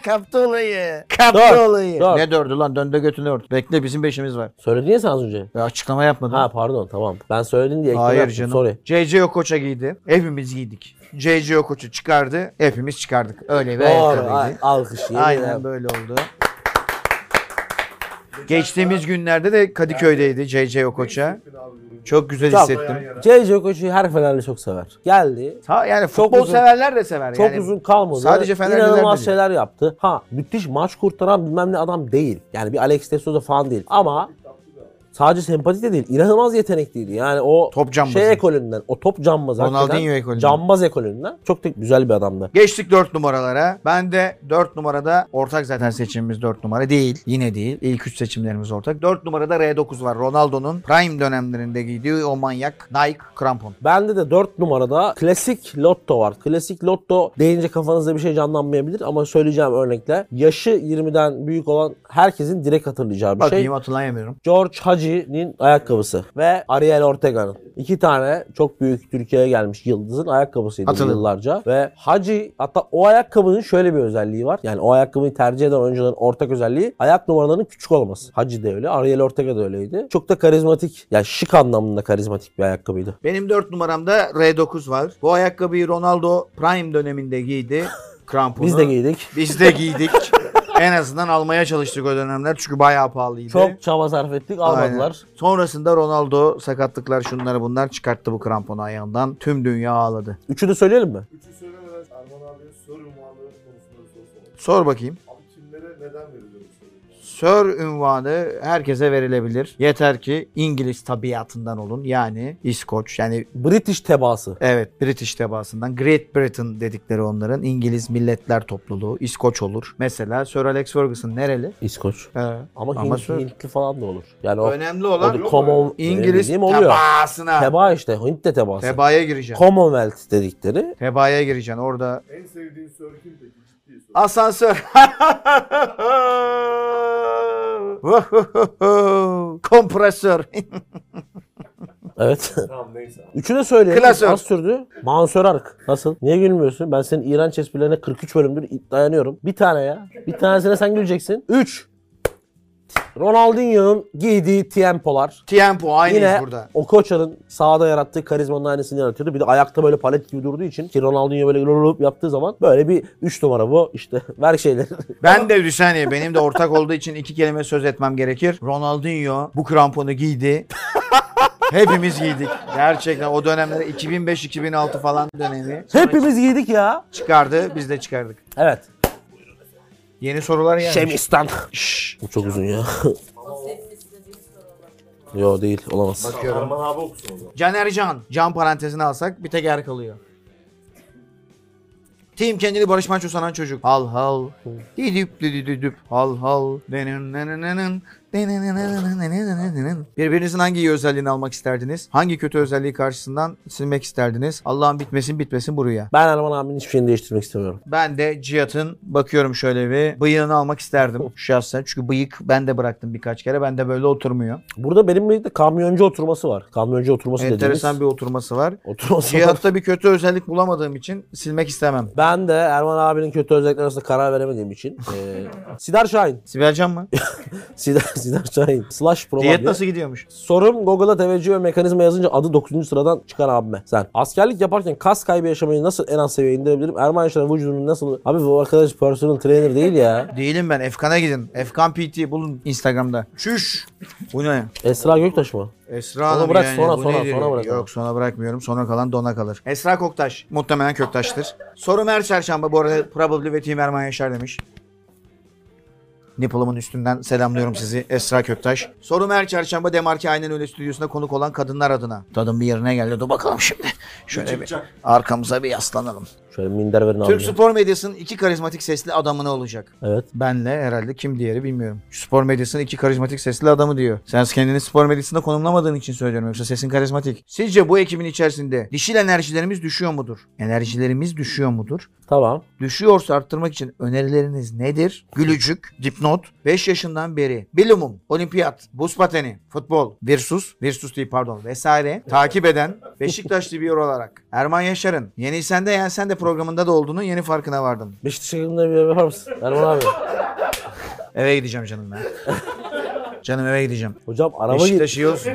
S1: Kaptı olayı. Kaptı
S2: Dört,
S1: olayı.
S2: dört.
S1: Ne dördü lan? Dönde götünü ört. Bekle bizim beşimiz var.
S2: Söyledin ya sen az önce.
S1: Ya açıklama yapmadın.
S2: Ha pardon tamam. Ben söyledim diye. ekleme
S1: Hayır
S2: yaptım,
S1: canım.
S2: Sorry.
S1: CC Okoç'a giydi. Hepimiz giydik. CC Okoç'u çıkardı. Hepimiz çıkardık. Öyle bir
S2: Doğru.
S1: ayakkabıydı.
S2: a- Alkış. yemin
S1: Aynen
S2: ederim.
S1: böyle oldu. Geçtiğimiz günlerde de Kadıköy'deydi CC Okoç'a. Çok güzel
S2: Çok.
S1: hissettim.
S2: C.C. Koç'u her Fenerli çok sever. Geldi.
S1: Ha yani futbol
S2: uzun-
S1: severler de sever.
S2: Çok
S1: yani.
S2: uzun kalmadı.
S1: Sadece Fenerliler
S2: İnanılmaz
S1: de
S2: şeyler yaptı. Ha müthiş maç kurtaran bilmem ne adam değil. Yani bir Alex de Souza falan değil. Ama sadece sempati de değil. İnanılmaz yetenekliydi. Yani o
S1: Top cambazı.
S2: şey ekolünden, o top cambazı.
S1: Ronaldinho
S2: hakikaten
S1: ekolünden.
S2: Cambaz ekolünden. Çok da güzel bir adamdı.
S1: Geçtik 4 numaralara. Ben de 4 numarada ortak zaten seçimimiz 4 numara değil. Yine değil. İlk 3 seçimlerimiz ortak. 4 numarada R9 var. Ronaldo'nun prime dönemlerinde giydiği o manyak Nike krampon.
S2: Bende de 4 numarada klasik lotto var. Klasik lotto deyince kafanızda bir şey canlanmayabilir ama söyleyeceğim örnekle. Yaşı 20'den büyük olan herkesin direkt hatırlayacağı bir şey.
S1: Bakayım hatırlayamıyorum.
S2: George Hagi'nin ayakkabısı ve Ariel Ortega'nın. iki tane çok büyük Türkiye'ye gelmiş yıldızın ayakkabısıydı bu
S1: Hatırladım.
S2: yıllarca. Ve Hagi hatta o ayakkabının şöyle bir özelliği var. Yani o ayakkabıyı tercih eden oyuncuların ortak özelliği ayak numaralarının küçük olması. Hagi de öyle, Ariel Ortega da öyleydi. Çok da karizmatik, yani şık anlamında karizmatik bir ayakkabıydı.
S1: Benim 4 numaramda R9 var. Bu ayakkabıyı Ronaldo prime döneminde giydi. Kramponu.
S2: Biz de giydik.
S1: Biz de giydik. en azından almaya çalıştık o dönemler çünkü bayağı pahalıydı.
S2: Çok çaba sarf ettik, almadılar.
S1: Aynen. Sonrasında Ronaldo sakatlıklar şunları bunlar çıkarttı bu kramponu ayağından. Tüm dünya ağladı.
S2: Üçünü söyleyelim mi?
S3: Üçü söylemeden Erman abiye soru unvanı konusunda bir soru soralım.
S1: Sor bakayım.
S3: Abi kimlere neden veriliyor bu soru?
S1: Sir ünvanı herkese verilebilir. Yeter ki İngiliz tabiatından olun. Yani İskoç yani
S2: British tebaası.
S1: evet British tebaasından Great Britain dedikleri onların İngiliz milletler topluluğu İskoç olur. Mesela Sir Alex Ferguson nereli?
S2: İskoç.
S1: Ama,
S2: Ama, Hint-
S1: Sir-
S2: Hintli falan da olur. Yani o,
S1: önemli
S2: o
S1: olan
S2: da common,
S1: İngiliz
S2: ne bileyim oluyor.
S1: tebaasına.
S2: Teba işte. Hint de tebaası.
S1: Tebaya gireceksin.
S2: Commonwealth dedikleri.
S1: Tebaya gireceksin orada.
S3: En sevdiğin soru kim peki? Ciddi soru.
S1: Asansör. Kompresör.
S2: Evet.
S3: Tamam neyse abi.
S2: Üçünü söyleyelim.
S1: Klasör.
S2: Az sürdü. Mansur Ark. Nasıl? Niye gülmüyorsun? Ben senin iğrenç esprilerine 43 bölümdür dayanıyorum. Bir tane ya. Bir tanesine sen güleceksin. Üç. Ronaldinho'nun giydiği tiempolar.
S1: Tiempo aynıyız
S2: Yine
S1: burada.
S2: o koçanın sahada yarattığı karizmanın aynısını yaratıyordu. Bir de ayakta böyle palet gibi durduğu için ki Ronaldinho böyle lulup yaptığı zaman böyle bir 3 numara bu işte ver şeyleri.
S1: Ben de bir saniye benim de ortak olduğu için iki kelime söz etmem gerekir. Ronaldinho bu kramponu giydi. Hepimiz giydik. Gerçekten o dönemler 2005-2006 falan dönemi
S2: Hepimiz giydik ya.
S1: çıkardı. Biz de çıkardık.
S2: Evet.
S1: Yeni sorular yani.
S2: Şemistan. Bu çok uzun ya. Yo değil olamaz.
S1: Bakıyorum.
S3: Erman abi okusun o zaman.
S1: Caner Can. Can parantezini alsak bir tek er kalıyor. Tim kendini Barış Manço sanan çocuk. Hal hal. Didüp didüdüdüp. Hal hal. Denin nenenenen, denenenenenenenenenen. Birbirinizin hangi iyi özelliğini almak isterdiniz? Hangi kötü özelliği karşısından silmek isterdiniz? Allah'ım bitmesin bitmesin buraya.
S2: Ben Erman abinin hiçbir şeyini değiştirmek istemiyorum.
S1: Ben de Cihat'ın bakıyorum şöyle bir bıyığını almak isterdim şahsen. Çünkü bıyık ben de bıraktım birkaç kere. Ben de böyle oturmuyor.
S2: Burada benim birlikte kamyoncu oturması var. Kamyoncu oturması
S1: Enteresan
S2: dediğimiz.
S1: bir oturması var.
S2: Oturması var.
S1: Cihat'ta bir kötü özellik bulamadığım için silmek istemem.
S2: Ben de Erman abinin kötü özellikleri arasında karar veremediğim için. eee Sidar Şahin.
S1: Sibel Can mı?
S2: Sidar, Sidar Şahin. Slash Pro
S1: Diyet
S2: abi.
S1: nasıl gidiyormuş?
S2: Sorum Google'a teveccüh ve mekanizma yazınca adı 9. sıradan çıkan abime. Sen askerlik yaparken kas kaybı yaşamayı nasıl en az seviyeye indirebilirim? Erman Yaşar'ın vücudunu nasıl... Abi bu arkadaş personal trainer değil ya.
S1: Değilim ben. Efkan'a gidin. Efkan PT bulun Instagram'da. Çüş. Bu ne?
S2: Esra Göktaş mı?
S1: Esra
S2: Onu
S1: Hanım
S2: bırak,
S1: yani.
S2: sonra,
S1: bu
S2: sonra,
S1: nedir?
S2: sonra bırak onu.
S1: Yok sonra bırakmıyorum. Sona kalan dona kalır. Esra Koktaş. Muhtemelen Köktaş'tır. Sorum her çarşamba. Bu arada probably ve Team Erman Yaşar demiş. Nipple'ımın üstünden selamlıyorum sizi Esra Köktaş. Sorum her çarşamba Demarki Aynen Öyle stüdyosuna konuk olan kadınlar adına. Tadım bir yerine geldi. Dur bakalım şimdi. Şöyle bir
S3: Çıkacak.
S1: arkamıza bir yaslanalım.
S2: Şöyle minder verin abi.
S1: Türk spor medyasının iki karizmatik sesli adamı ne olacak?
S2: Evet.
S1: Benle herhalde kim diğeri bilmiyorum. Şu spor medyasının iki karizmatik sesli adamı diyor. Sen kendini spor medyasında konumlamadığın için söylüyorum yoksa sesin karizmatik. Sizce bu ekibin içerisinde dişil enerjilerimiz düşüyor mudur? Enerjilerimiz düşüyor mudur?
S2: Tamam.
S1: Düşüyorsa arttırmak için önerileriniz nedir? Gülücük, dipnot, 5 yaşından beri, bilumum, olimpiyat, buz pateni, futbol, virsus, virsus değil pardon vesaire takip eden Beşiktaşlı bir yer olarak Erman Yaşar'ın Yeni Sen de Yen Sen de programında da olduğunun yeni farkına vardım.
S2: Beşiktaş takımında bir yapar mısın? Erman abi.
S1: Eve gideceğim canım ben. canım eve gideceğim.
S2: Hocam araba git.
S1: Beşiktaş iyi olsun.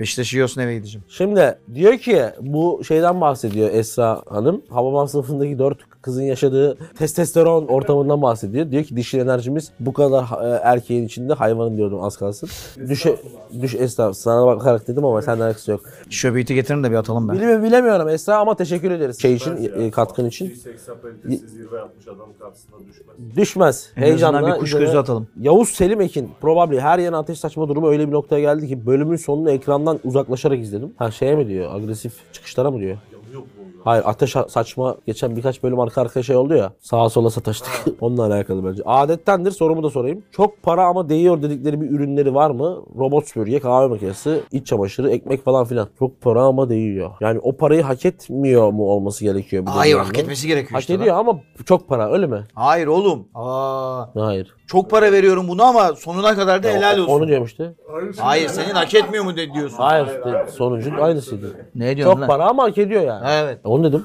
S1: Beşiktaş iyi olsun eve gideceğim.
S2: Şimdi diyor ki bu şeyden bahsediyor Esra Hanım. Hababam sınıfındaki dört kızın yaşadığı testosteron ortamından bahsediyor. Diyor ki dişil enerjimiz bu kadar e, erkeğin içinde hayvanın diyordum az kalsın. Düşe, düş Esra sana bakarak dedim ama senden alakası yok.
S1: Şöbiyeti getirin de bir atalım ben.
S2: Bilmiyorum bilemiyorum Esra ama teşekkür ederiz şey için e, katkın için.
S3: 80 kalitesi zirve yapmış adam karşısında düşmez.
S2: Düşmez.
S1: En azından
S2: Heyecanla
S1: bir kuş
S2: üzerine-
S1: gözü atalım.
S2: Yavuz Selim Ekin probably her yana ateş saçma durumu öyle bir noktaya geldi ki bölümün sonunu ekrandan uzaklaşarak izledim. Ha şeye mi diyor? Agresif çıkışlara mı diyor? Hayır ateş a- saçma geçen birkaç bölüm arka arkaya şey oldu ya. Sağa sola sataştık. Onunla alakalı bence. Adettendir sorumu da sorayım. Çok para ama değiyor dedikleri bir ürünleri var mı? Robot süpürge, kahve makinesi, iç çamaşırı, ekmek falan filan. Çok para ama değiyor. Yani o parayı hak etmiyor mu olması gerekiyor? bir de
S1: Hayır
S2: bir
S1: hak
S2: yandan?
S1: etmesi gerekiyor
S2: Hak
S1: işte lan.
S2: ediyor ama çok para öyle mi?
S1: Hayır oğlum. Aa,
S2: Hayır.
S1: çok para veriyorum bunu ama sonuna kadar da helal olsun.
S2: Onu diyormuştu.
S1: Hayır senin hak etmiyor mu de diyorsun.
S2: Hayır, de- sonucun aynısıydı.
S1: Ne diyorsun
S2: Çok
S1: lan?
S2: para ama hak ediyor yani.
S1: Evet.
S2: E, Onu dedim.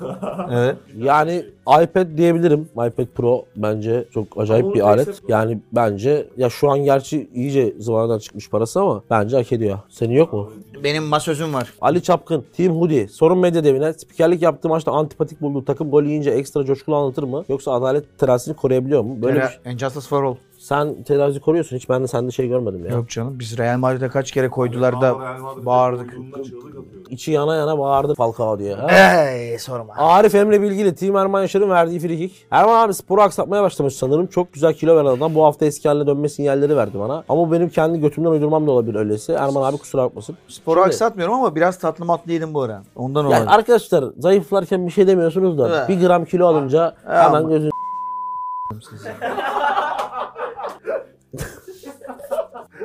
S1: Evet.
S2: Yani iPad diyebilirim. iPad Pro bence çok acayip bir alet. Yani bence ya şu an gerçi iyice zıvanadan çıkmış parası ama bence hak ediyor. Senin yok mu?
S1: Benim masözüm var.
S2: Ali Çapkın, Team Hoodie, Sorun Medya Devine, spikerlik yaptığı maçta antipatik bulduğu takım golü yiyince ekstra coşkulu anlatır mı? Yoksa adalet terazisini koruyabiliyor mu? Böyle bir
S1: Böyle
S2: şey-
S1: Injustice for All.
S2: Sen terazi koruyorsun. Hiç ben de sende şey görmedim ya.
S1: Yok canım biz Real Madrid'e kaç kere koydular da
S3: Ama Real Madrid'e
S1: bağırdık.
S3: koyduğunda çığlık atıyor.
S2: İçi yana yana bağırdı Falcao diye. Ha?
S1: Ey sorma.
S2: Arif Emre Bilgili, Team Erman Yaşar'ın verdiği frikik. Erman abi sporu aksatmaya başlamış sanırım. Çok güzel kilo veren adam. Bu hafta eski haline dönme sinyalleri verdi bana. Ama bu benim kendi götümden uydurmam da olabilir öylesi. Erman abi kusura bakmasın.
S1: Sporu aksatmıyorum ama biraz tatlı matlı yedim bu ara. Ondan
S2: Yani
S1: olabilir.
S2: arkadaşlar zayıflarken bir şey demiyorsunuz da
S1: Evet.
S2: bir gram kilo alınca hemen
S1: ama.
S2: gözün...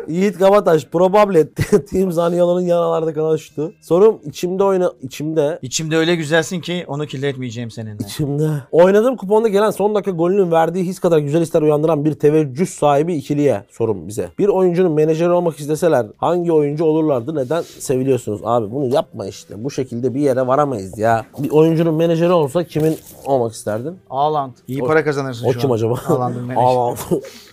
S2: Yiğit Kabataş probably Team Zaniolo'nun yanalarda kanal şutu. Sorum içimde oyna... içimde
S1: İçimde öyle güzelsin ki onu kirletmeyeceğim seninle.
S2: Şimdi oynadığım kuponda gelen son dakika golünün verdiği his kadar güzel hisler uyandıran bir teveccüh sahibi ikiliye sorun bize. Bir oyuncunun menajeri olmak isteseler hangi oyuncu olurlardı neden seviliyorsunuz abi bunu yapma işte bu şekilde bir yere varamayız ya. Bir oyuncunun menajeri olsa kimin olmak isterdin?
S1: Ağland. İyi para kazanırsın
S2: O
S1: şu
S2: kim
S1: an.
S2: acaba?
S1: Ağlandın menajer.
S2: Aman.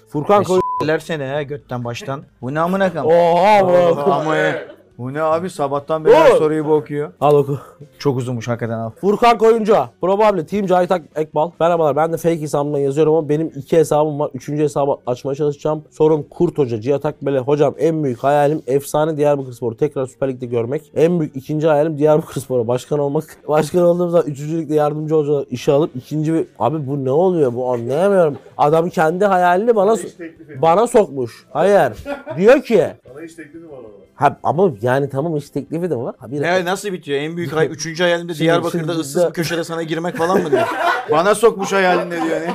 S2: Furkan Koy.
S1: Ağlandın. seni he götten baştan. Bu ne amına kam?
S2: Oha bu.
S1: Ama e, Bu ne abi sabahtan beri her
S2: Oğlum.
S1: soruyu bu okuyor.
S2: Al oku.
S1: Çok uzunmuş hakikaten al.
S2: Furkan Koyuncu. Probably Team Cahit Ak- Ekbal. Merhabalar ben de fake hesabımdan yazıyorum ama benim iki hesabım var. Üçüncü hesabı açmaya çalışacağım. Sorum Kurt Hoca, Cihat Akbel'e. Hocam en büyük hayalim efsane Diyarbakırspor'u tekrar Süper Lig'de görmek. En büyük ikinci hayalim Diyarbakırspor'a başkan olmak. Başkan olduğum zaman üçüncü ligde yardımcı hocalar işe alıp ikinci bir... Abi bu ne oluyor bu anlayamıyorum. Adam kendi hayalini bana so-
S3: teklif
S2: bana sokmuş. Hayır. Diyor ki
S3: Bana hiç teklifi var ama.
S2: ha, ama yani tamam iş teklifi de var. Ha, bir
S1: Ne, nasıl bitiyor? En büyük hay, üçüncü hayalimde Diyarbakır'da
S2: şimdi
S1: ıssız
S2: bizde-
S1: bir köşede sana girmek falan mı diyor? Bana sokmuş hayalinde diyor. Yani.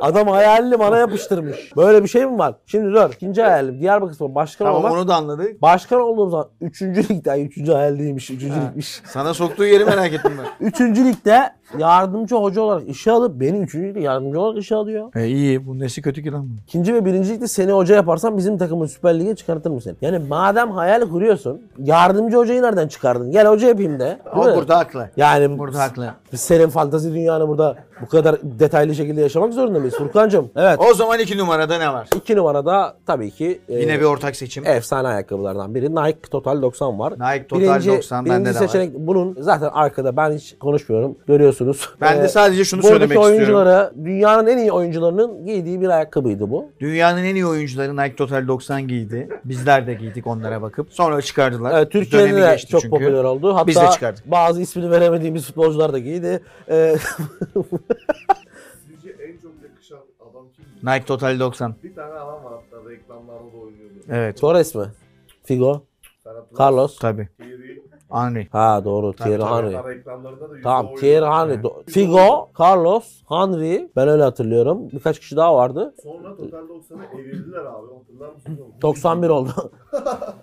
S2: Adam hayalini bana yapıştırmış. Böyle bir şey mi var? Şimdi dur. İkinci hayalim. Diyarbakırspor başkan
S1: Tamam
S2: olmak.
S1: onu da anladık.
S2: Başkan olduğum zaman 3. ligde, ay 3. hayal değilmiş, 3. ligmiş.
S1: Sana soktuğu yeri merak ettim ben.
S2: 3. ligde yardımcı hoca olarak işe alıp beni 3. ligde yardımcı olarak işe alıyor.
S1: E iyi bu nesi kötü ki lan?
S2: İkinci ve birinci ligde seni hoca yaparsam bizim takımı Süper Lig'e çıkartır mısın? Yani madem hayal kuruyorsun, yardımcı hocayı nereden çıkardın? Gel hoca yapayım de. değil mi?
S1: Ama burada haklı.
S2: Yani
S1: Burada haklı.
S2: Biz senin fantazi dünyanı burada bu kadar detaylı şekilde yaşamak zorunda mıyız Furkan'cığım? Evet.
S1: O zaman iki numarada ne var?
S2: İki numarada tabii ki e,
S1: Yine bir ortak seçim.
S2: efsane ayakkabılardan biri. Nike Total 90 var.
S1: Nike Total 90 bende
S2: birinci
S1: de var.
S2: seçenek bunun zaten arkada ben hiç konuşmuyorum. Görüyorsunuz.
S1: Ben de
S2: Ee,
S1: sadece şunu
S2: buradaki
S1: söylemek istiyorum.
S2: oyunculara dünyanın en iyi oyuncularının giydiği bir ayakkabıydı bu.
S1: Dünyanın en iyi oyuncuları Nike Total 90 giydi. Bizler de giydik onlara bakıp. Sonra çıkardılar.
S2: Evet, Ee, Türkiye'de
S1: Dönemi
S2: de
S1: geçti
S2: çok
S1: çünkü.
S2: popüler oldu. Hatta
S1: Biz de çıkardık.
S2: bazı ismini veremediğimiz futbolcular da giydi. Ee,
S3: Sizce en çok yakışan adam kim?
S1: Nike Total 90.
S3: Bir tane adam var hatta reklamlarda da oynuyordu.
S1: Evet.
S2: Torres mi? Figo,
S3: Ferhat Ulan,
S2: Carlos.
S1: Tabii.
S3: Thierry,
S1: Henry.
S2: Ha doğru.
S3: Tabii,
S2: Thierry
S3: tabii,
S2: Henry.
S3: ara ekranlarında da yüzde
S2: Tamam
S3: oydu.
S2: Thierry Henry. Do- Figo, Carlos, Henry. Ben öyle hatırlıyorum. Birkaç kişi daha vardı.
S3: Sonra Total 90'ı evirdiler abi. Hatırlar mısın?
S2: 91 oldu.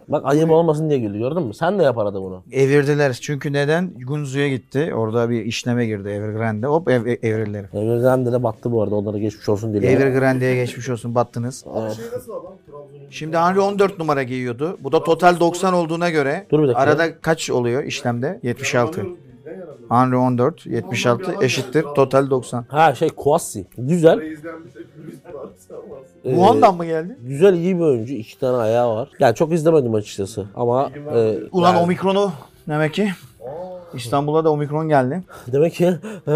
S2: Bak ayıp olmasın diye güldü gördün mü? Sen de yapar adı bunu.
S1: Evirdiler. Çünkü neden? Gunzu'ya gitti. Orada bir işleme girdi Evergrande. Hop ev, e, evrildiler.
S2: Evrende de battı bu arada. Onlara geçmiş olsun diye.
S1: Evergrande'ye geçmiş olsun battınız.
S3: Abi şey nasıl adam? Trabzon'un.
S1: Şimdi Henry 14 numara giyiyordu. Bu da total 90 olduğuna göre
S2: Dur bir dakika.
S1: arada kaç oluyor işlemde? 76.
S3: Yaralanıyoruz biz, ne yaralanıyoruz?
S1: Henry 14, 76 eşittir total 90.
S2: Ha şey Kouassi. Güzel.
S3: Orayı izlenmiş hepimiz var. Sen varsın.
S2: Ee,
S1: Wuhan'dan mı geldi?
S2: Güzel iyi bir oyuncu. iki tane ayağı var. Yani çok izlemedim açıkçası. Ama e,
S1: Ulan
S2: yani-
S1: omikronu demek ki İstanbul'a da omikron geldi.
S2: Demek ki.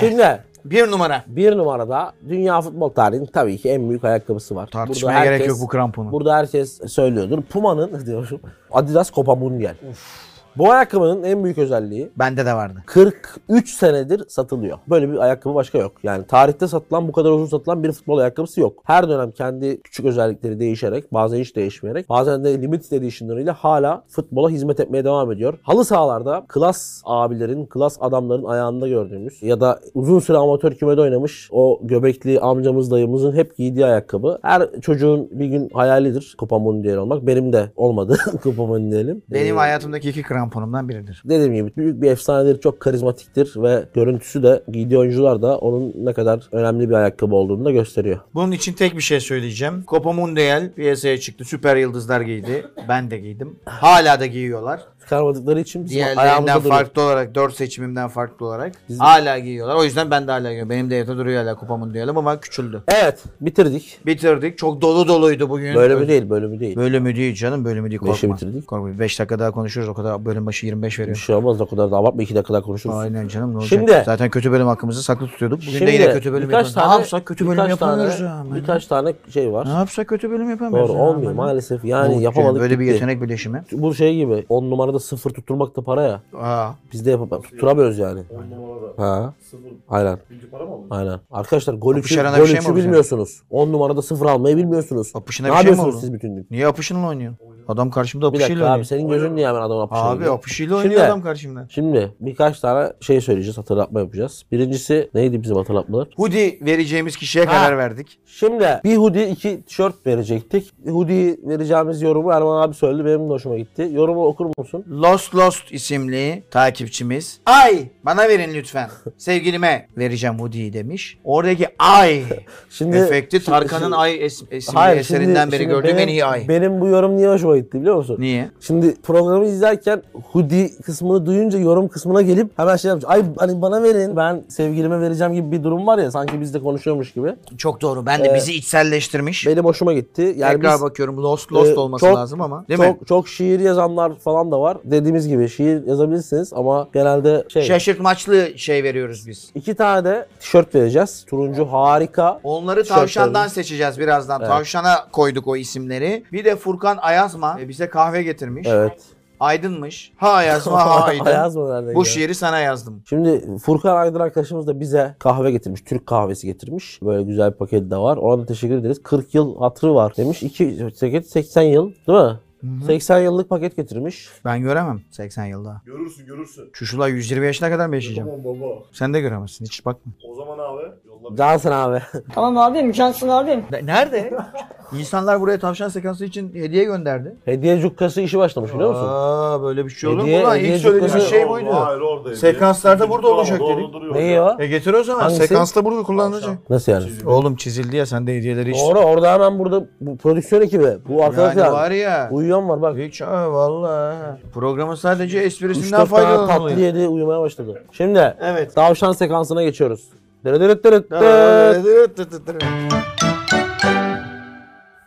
S2: Şimdi
S1: Bir numara.
S2: bir numarada dünya futbol tarihinin tabii ki en büyük ayakkabısı var.
S1: Tartışmaya
S2: Burada
S1: gerek yok bu kramponu.
S2: Burada herkes söylüyordur. Puma'nın diyorum Adidas Copa Mundial. Bu ayakkabının en büyük özelliği
S1: Bende de vardı.
S2: 43 senedir satılıyor. Böyle bir ayakkabı başka yok. Yani tarihte satılan bu kadar uzun satılan bir futbol ayakkabısı yok. Her dönem kendi küçük özellikleri değişerek, bazen hiç değişmeyerek, bazen de limited editionlarıyla hala futbola hizmet etmeye devam ediyor. Halı sahalarda klas abilerin, klas adamların ayağında gördüğümüz ya da uzun süre amatör kümede oynamış o göbekli amcamız dayımızın hep giydiği ayakkabı. Her çocuğun bir gün hayalidir Copa Mundial olmak. Benim de olmadı Copa Mundial'im.
S1: Benim
S2: Ee,
S1: hayatımdaki iki kramponumdan biridir.
S2: dediğim gibi büyük bir efsanedir, çok karizmatiktir ve görüntüsü de giydiği oyuncular da onun ne kadar önemli bir ayakkabı olduğunu da gösteriyor.
S1: Bunun için tek bir şey söyleyeceğim. Copa Mundial piyasaya çıktı. Süper yıldızlar giydi. Ben de giydim. Hala da giyiyorlar.
S2: Çıkarmadıkları için bizim ayağımızda
S1: Diğerlerinden
S2: duruyor.
S1: farklı olarak, dört seçimimden farklı olarak hala giyiyorlar. O yüzden ben de hala giyiyorum. Benim de evde duruyor hala Copa Mundial'ım ama küçüldü.
S2: Evet, bitirdik.
S1: Bitirdik. Çok dolu doluydu bugün.
S2: Bölümü değil, bölümü değil.
S1: Bölümü değil canım. Bölümü değil.
S2: Beşe
S1: Korkma.
S2: bitirdik.
S1: Korkma. 5 dakika daha konuşuruz. O kadar bölüm başı 25
S2: Bir
S1: veriyor.
S2: şey olmaz, o kadar da abartma. iki dakika daha konuşuruz.
S1: Aynen canım ne olacak?
S2: Şimdi-
S1: Zaten kötü bölüm hakkımızı saklı tutuyorduk. Bugün
S2: Şimdi
S1: de yine kötü bölüm
S2: birkaç
S1: yapıyoruz. Ne
S2: tane-
S1: yapsak kötü bölüm
S2: birkaç tane-
S1: yapamıyoruz ya. aman.
S2: Birkaç tane şey var.
S1: Ne yapsak kötü bölüm yapamıyoruz.
S2: Doğru,
S1: ya,
S2: olmuyor
S1: aman.
S2: maalesef. Yani
S1: Olmuyor.
S2: Hani yapamadık
S1: Böyle bir
S2: gitti.
S1: yetenek birleşimi.
S2: Bu şey gibi, on numarada sıfır tutturmak da para ya.
S1: Aa,
S2: Biz de yapamıyoruz, tutturamıyoruz yani.
S3: 10 numarada.
S2: Ha,
S3: Sıfır.
S2: aynen.
S3: Birinci para mı aldın?
S2: Aynen. Arkadaşlar gol üçü,
S1: Apışarana
S2: gol
S1: bir şey mi
S2: üçü
S1: olacak?
S2: bilmiyorsunuz. 10 numarada 0 almayı bilmiyorsunuz.
S1: Apışına
S2: ne
S1: bir şey mi
S2: yapıyorsunuz
S1: oldu?
S2: siz bütün gün?
S1: niye apışınla oynuyor? Adam karşımda
S2: Bir
S1: apışıyla
S2: dakika
S1: oynuyor.
S2: abi senin gözün niye hemen adamın apışına
S1: Abi
S2: gidiyor?
S1: apışıyla oynuyor
S2: Şimdi-
S1: adam karşımda.
S2: Şimdi birkaç tane şey söyleyeceğiz, hatırlatma yapacağız. Birincisi neydi bizim hatırlatmalar?
S1: Hoodie vereceğimiz kişiye
S2: Ha.
S1: karar verdik.
S2: Şimdi bir hoodie, iki tişört verecektik. Hoodie vereceğimiz yorumu Erman abi söyledi, benim de hoşuma gitti. Yorumu okur musun?
S1: Lost Lost isimli takipçimiz. Ay bana verin lütfen. Sevgilime vereceğim hoodie'yi demiş. Oradaki ay
S2: Şimdi
S1: efekti
S2: şimdi-
S1: Tarkan'ın
S2: şimdi-
S1: ay es- isimli
S2: Hayır, şimdi-
S1: eserinden beri
S2: şimdi
S1: gördüğüm en
S2: benim-
S1: iyi ay.
S2: Benim bu yorum niye hoşuma gitti biliyor musun?
S1: Niye?
S2: Şimdi programı izlerken hoodie kısmını duyunca yorum kısmına gelip hemen şey yapmış. Ay hani bana verin ben sevgilime vereceğim gibi bir durum var ya sanki biz de konuşuyormuş gibi.
S1: Çok doğru. Ben de bizi içselleştirmiş.
S2: Benim hoşuma gitti. Ee, Yani
S1: Tekrar
S2: biz,
S1: bakıyorum Lost Lost
S2: e,
S1: olması
S2: çok-
S1: lazım ama. Değil mi?
S2: çok, çok şiir yazanlar falan da var. Dediğimiz gibi şiir yazabilirsiniz ama genelde şey...
S1: Şaşırtmaçlı şey veriyoruz biz.
S2: iki tane de tişört vereceğiz. Turuncu harika.
S1: Onları
S2: Tişörtleri.
S1: tavşandan seçeceğiz birazdan. Tavşana koyduk o isimleri. Bir de Furkan Ayazma e, bize kahve getirmiş.
S2: Evet.
S1: Aydınmış. Ha Ayazma ha Aydın.
S2: Ayaz mı nereden
S1: Bu
S2: geldi?
S1: şiiri sana yazdım.
S2: Şimdi Furkan Aydın arkadaşımız da bize kahve getirmiş. Türk kahvesi getirmiş. Böyle güzel bir paket de var. Ona da teşekkür ederiz. 40 yıl hatırı var demiş. 2 paket 80 yıl değil mi? 80 yıllık paket getirmiş.
S1: Ben göremem 80 yılda.
S3: Görürsün görürsün.
S1: Çuşula 120 yaşına kadar mı yaşayacağım?
S3: Tamam baba.
S1: Sen de göremezsin hiç bakma.
S3: O zaman abi yolla bir
S2: Cansın abi.
S6: Tamam abim, cansın abim.
S1: Nerede? İnsanlar buraya tavşan sekansı için hediye gönderdi.
S2: Hediye cukkası işi başlamış biliyor musun?
S1: Aa böyle bir şey olur mu
S2: Hediye-
S1: lan?
S2: hediye
S1: İlk söylediğimiz
S2: cukkası-
S1: şey
S3: Oğlum,
S1: buydu.
S3: Hayır oradaydı.
S1: Sekanslarda burada
S3: Doğru,
S1: olacak
S3: doğru
S1: dedik.
S3: duruyor
S2: Neyi
S3: ya.
S2: o?
S1: E getir o zaman.
S2: Hangisi?
S1: Sekans da burada kullanılacak.
S2: Nasıl yani?
S1: Oğlum çizildi ya sen de hediyeleri hiç.
S2: Doğru orada hemen burada bu prodüksiyon ekibi. Bu arkadaşlar.
S1: Yani var ya.
S2: Uyuyan var bak.
S1: Hiç ha valla. Programın sadece
S2: 3
S1: esprisinden
S2: dört tane
S1: faydalanılıyor.
S2: tatlı yedi uyumaya başladı. Şimdi
S1: Evet.
S2: tavşan sekansına geçiyoruz. Dırı dırı dırı.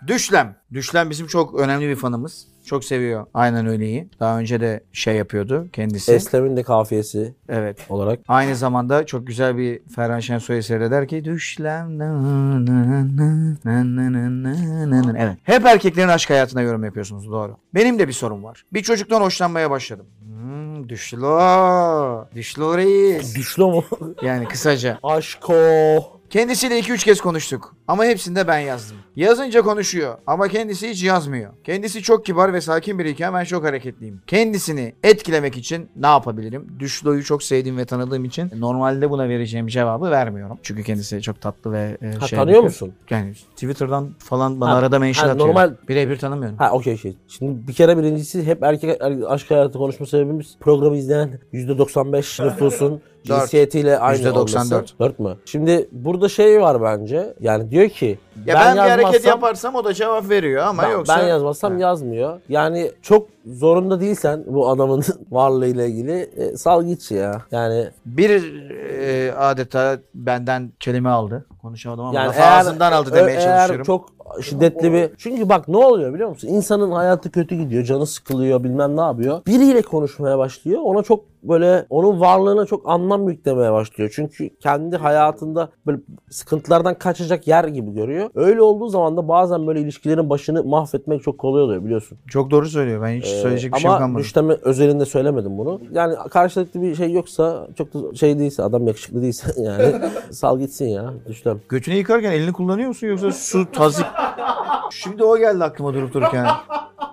S1: Düşlem. Düşlem bizim çok önemli bir fanımız. Çok seviyor. Aynen öyleyi. Daha önce de şey yapıyordu kendisi.
S2: Eslem'in de kafiyesi
S1: evet.
S2: olarak.
S1: Aynı zamanda çok güzel bir Ferhan Şensoy eseri de der ki Düşlem na na na na na na na na na." Evet. Hep erkeklerin aşk hayatına yorum yapıyorsunuz doğru. Benim de bir sorum var. Bir çocuktan hoşlanmaya başladım. Hmm, düşlo. Düşlo reis.
S2: Düşlü mu?
S1: Yani kısaca.
S2: Aşko.
S1: Kendisiyle 2-3 kez konuştuk. Ama hepsini de ben yazdım. Yazınca konuşuyor ama kendisi hiç yazmıyor. Kendisi çok kibar ve sakin biriyken ben çok hareketliyim. Kendisini etkilemek için ne yapabilirim? Düşlo'yu çok sevdiğim ve tanıdığım için normalde buna vereceğim cevabı vermiyorum. Çünkü kendisi çok tatlı ve e,
S2: Ha,
S1: şey.
S2: tanıyor musun?
S1: Yani Twitter'dan falan bana
S2: Ha,
S1: arada mention
S2: ha,
S1: atıyor.
S2: normal-
S1: Birebir tanımıyorum.
S2: Ha okey şey. Şimdi bir kere birincisi hep erkek er- aşk hayatı konuşma sebebimiz programı izleyen %95 nüfusun cinsiyetiyle aynı
S1: %94.
S2: olması. 4 mü? Şimdi burada şey var bence. Yani diyor ki
S1: Ya ben, bir hareket
S2: yazmazsam-
S1: yaparsam o da cevap veriyor ama
S2: ben,
S1: yoksa...
S2: ben yazmazsam
S1: Ha.
S2: yazmıyor. Yani çok zorunda değilsen bu adamın varlığıyla ilgili e, sal git ya. Yani
S1: Bir e, adeta benden kelime aldı. Konuşamadım ama
S2: Yani
S1: lafı
S2: eğer-
S1: ağzından aldı
S2: Ö-
S1: demeye
S2: Eğer
S1: çalışıyorum.
S2: çok şiddetli bir... Çünkü bak ne oluyor biliyor musun? İnsanın hayatı kötü gidiyor, canı sıkılıyor, bilmem ne yapıyor. Biriyle konuşmaya başlıyor. Ona çok böyle onun varlığına çok anlam yüklemeye başlıyor. Çünkü kendi hayatında böyle sıkıntılardan kaçacak yer gibi görüyor. Öyle olduğu zaman da bazen böyle ilişkilerin başını mahvetmek çok kolay oluyor biliyorsun.
S1: Çok doğru söylüyor. Ben hiç söyleyecek bir şey yok
S2: Ee, Ama
S1: ama.
S2: müştemi özelinde söylemedim bunu. Yani karşılıklı bir şey yoksa çok da şey değilse adam yakışıklı değilse yani sal gitsin ya düştem.
S1: Götünü yıkarken elini kullanıyor musun yoksa su tazik... Şimdi o geldi aklıma durup dururken.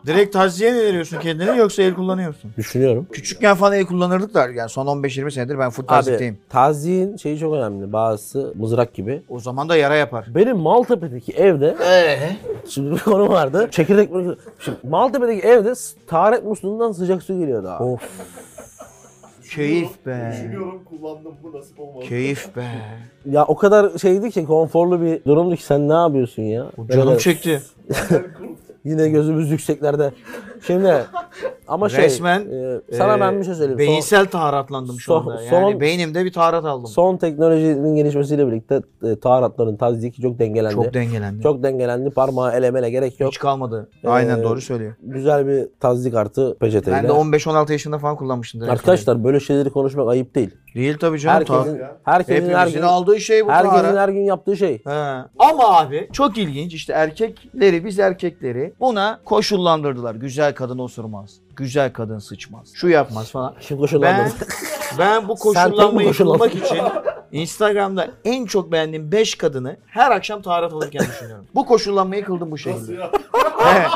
S1: Direkt taziye mi veriyorsun kendini yoksa el kullanıyor musun?
S2: Düşünüyorum.
S1: Küçükken falan el kullanırdık da yani son 15-20 senedir ben full tazikteyim.
S2: taziğin şeyi çok önemli. Bazısı mızrak gibi.
S1: O zaman da yara yapar.
S2: Benim Maltepe'deki evde şimdi bir konu vardı. Çekirdek mi? Şimdi Maltepe'deki evde s- taharet musluğundan sıcak su geliyordu abi.
S1: Keyif be.
S3: Düşünüyorum kullandım bu nasip olmadı.
S1: Keyif be.
S2: Ya o kadar şeydi ki konforlu bir durumdu ki sen ne yapıyorsun ya?
S1: Canım
S2: Böyle
S1: çekti.
S2: Yine gözümüz yükseklerde. Şimdi ama şey.
S1: Resmen,
S2: e, sana
S1: Ee,
S2: ben bir şey söyleyeyim. Son-
S1: Beyinsel taharatlandım şu
S2: son-
S1: anda. Yani
S2: son-
S1: beynimde bir taharat aldım.
S2: Son teknolojinin gelişmesiyle birlikte e, taharatların tazdiki çok dengelendi.
S1: Çok dengelendi.
S2: Çok dengelendi. Parmağa elemele gerek yok.
S1: Hiç kalmadı.
S2: Ee,
S1: Aynen doğru söylüyor.
S2: Güzel bir tazdik artı peçeteyle.
S1: Ben de 15-16 yaşında falan kullanmıştım. direkt.
S2: Arkadaşlar böyle şeyleri konuşmak ayıp değil.
S1: Değil tabii canım.
S2: Herkesin
S1: ta-
S2: herkesin her
S1: Hepimizin
S2: gün
S1: aldığı şey bu
S2: herkesin
S1: taharat.
S2: her gün yaptığı şey.
S1: He. Ama abi çok ilginç işte erkekleri biz erkekleri buna koşullandırdılar. Güzel kadın osurmaz. Güzel kadın sıçmaz. Şu yapmaz falan.
S2: Kim
S1: Ben
S2: koşullandı?
S1: ben bu
S2: Sen tabii
S1: koşullanmayı
S2: koşullandın.
S1: bulmak için Instagram'da en çok beğendiğim 5 kadını her akşam taharat alırken düşünüyorum. Bu koşullanmayı kıldım bu
S3: Nasıl
S1: şekilde.
S3: ya?
S1: He.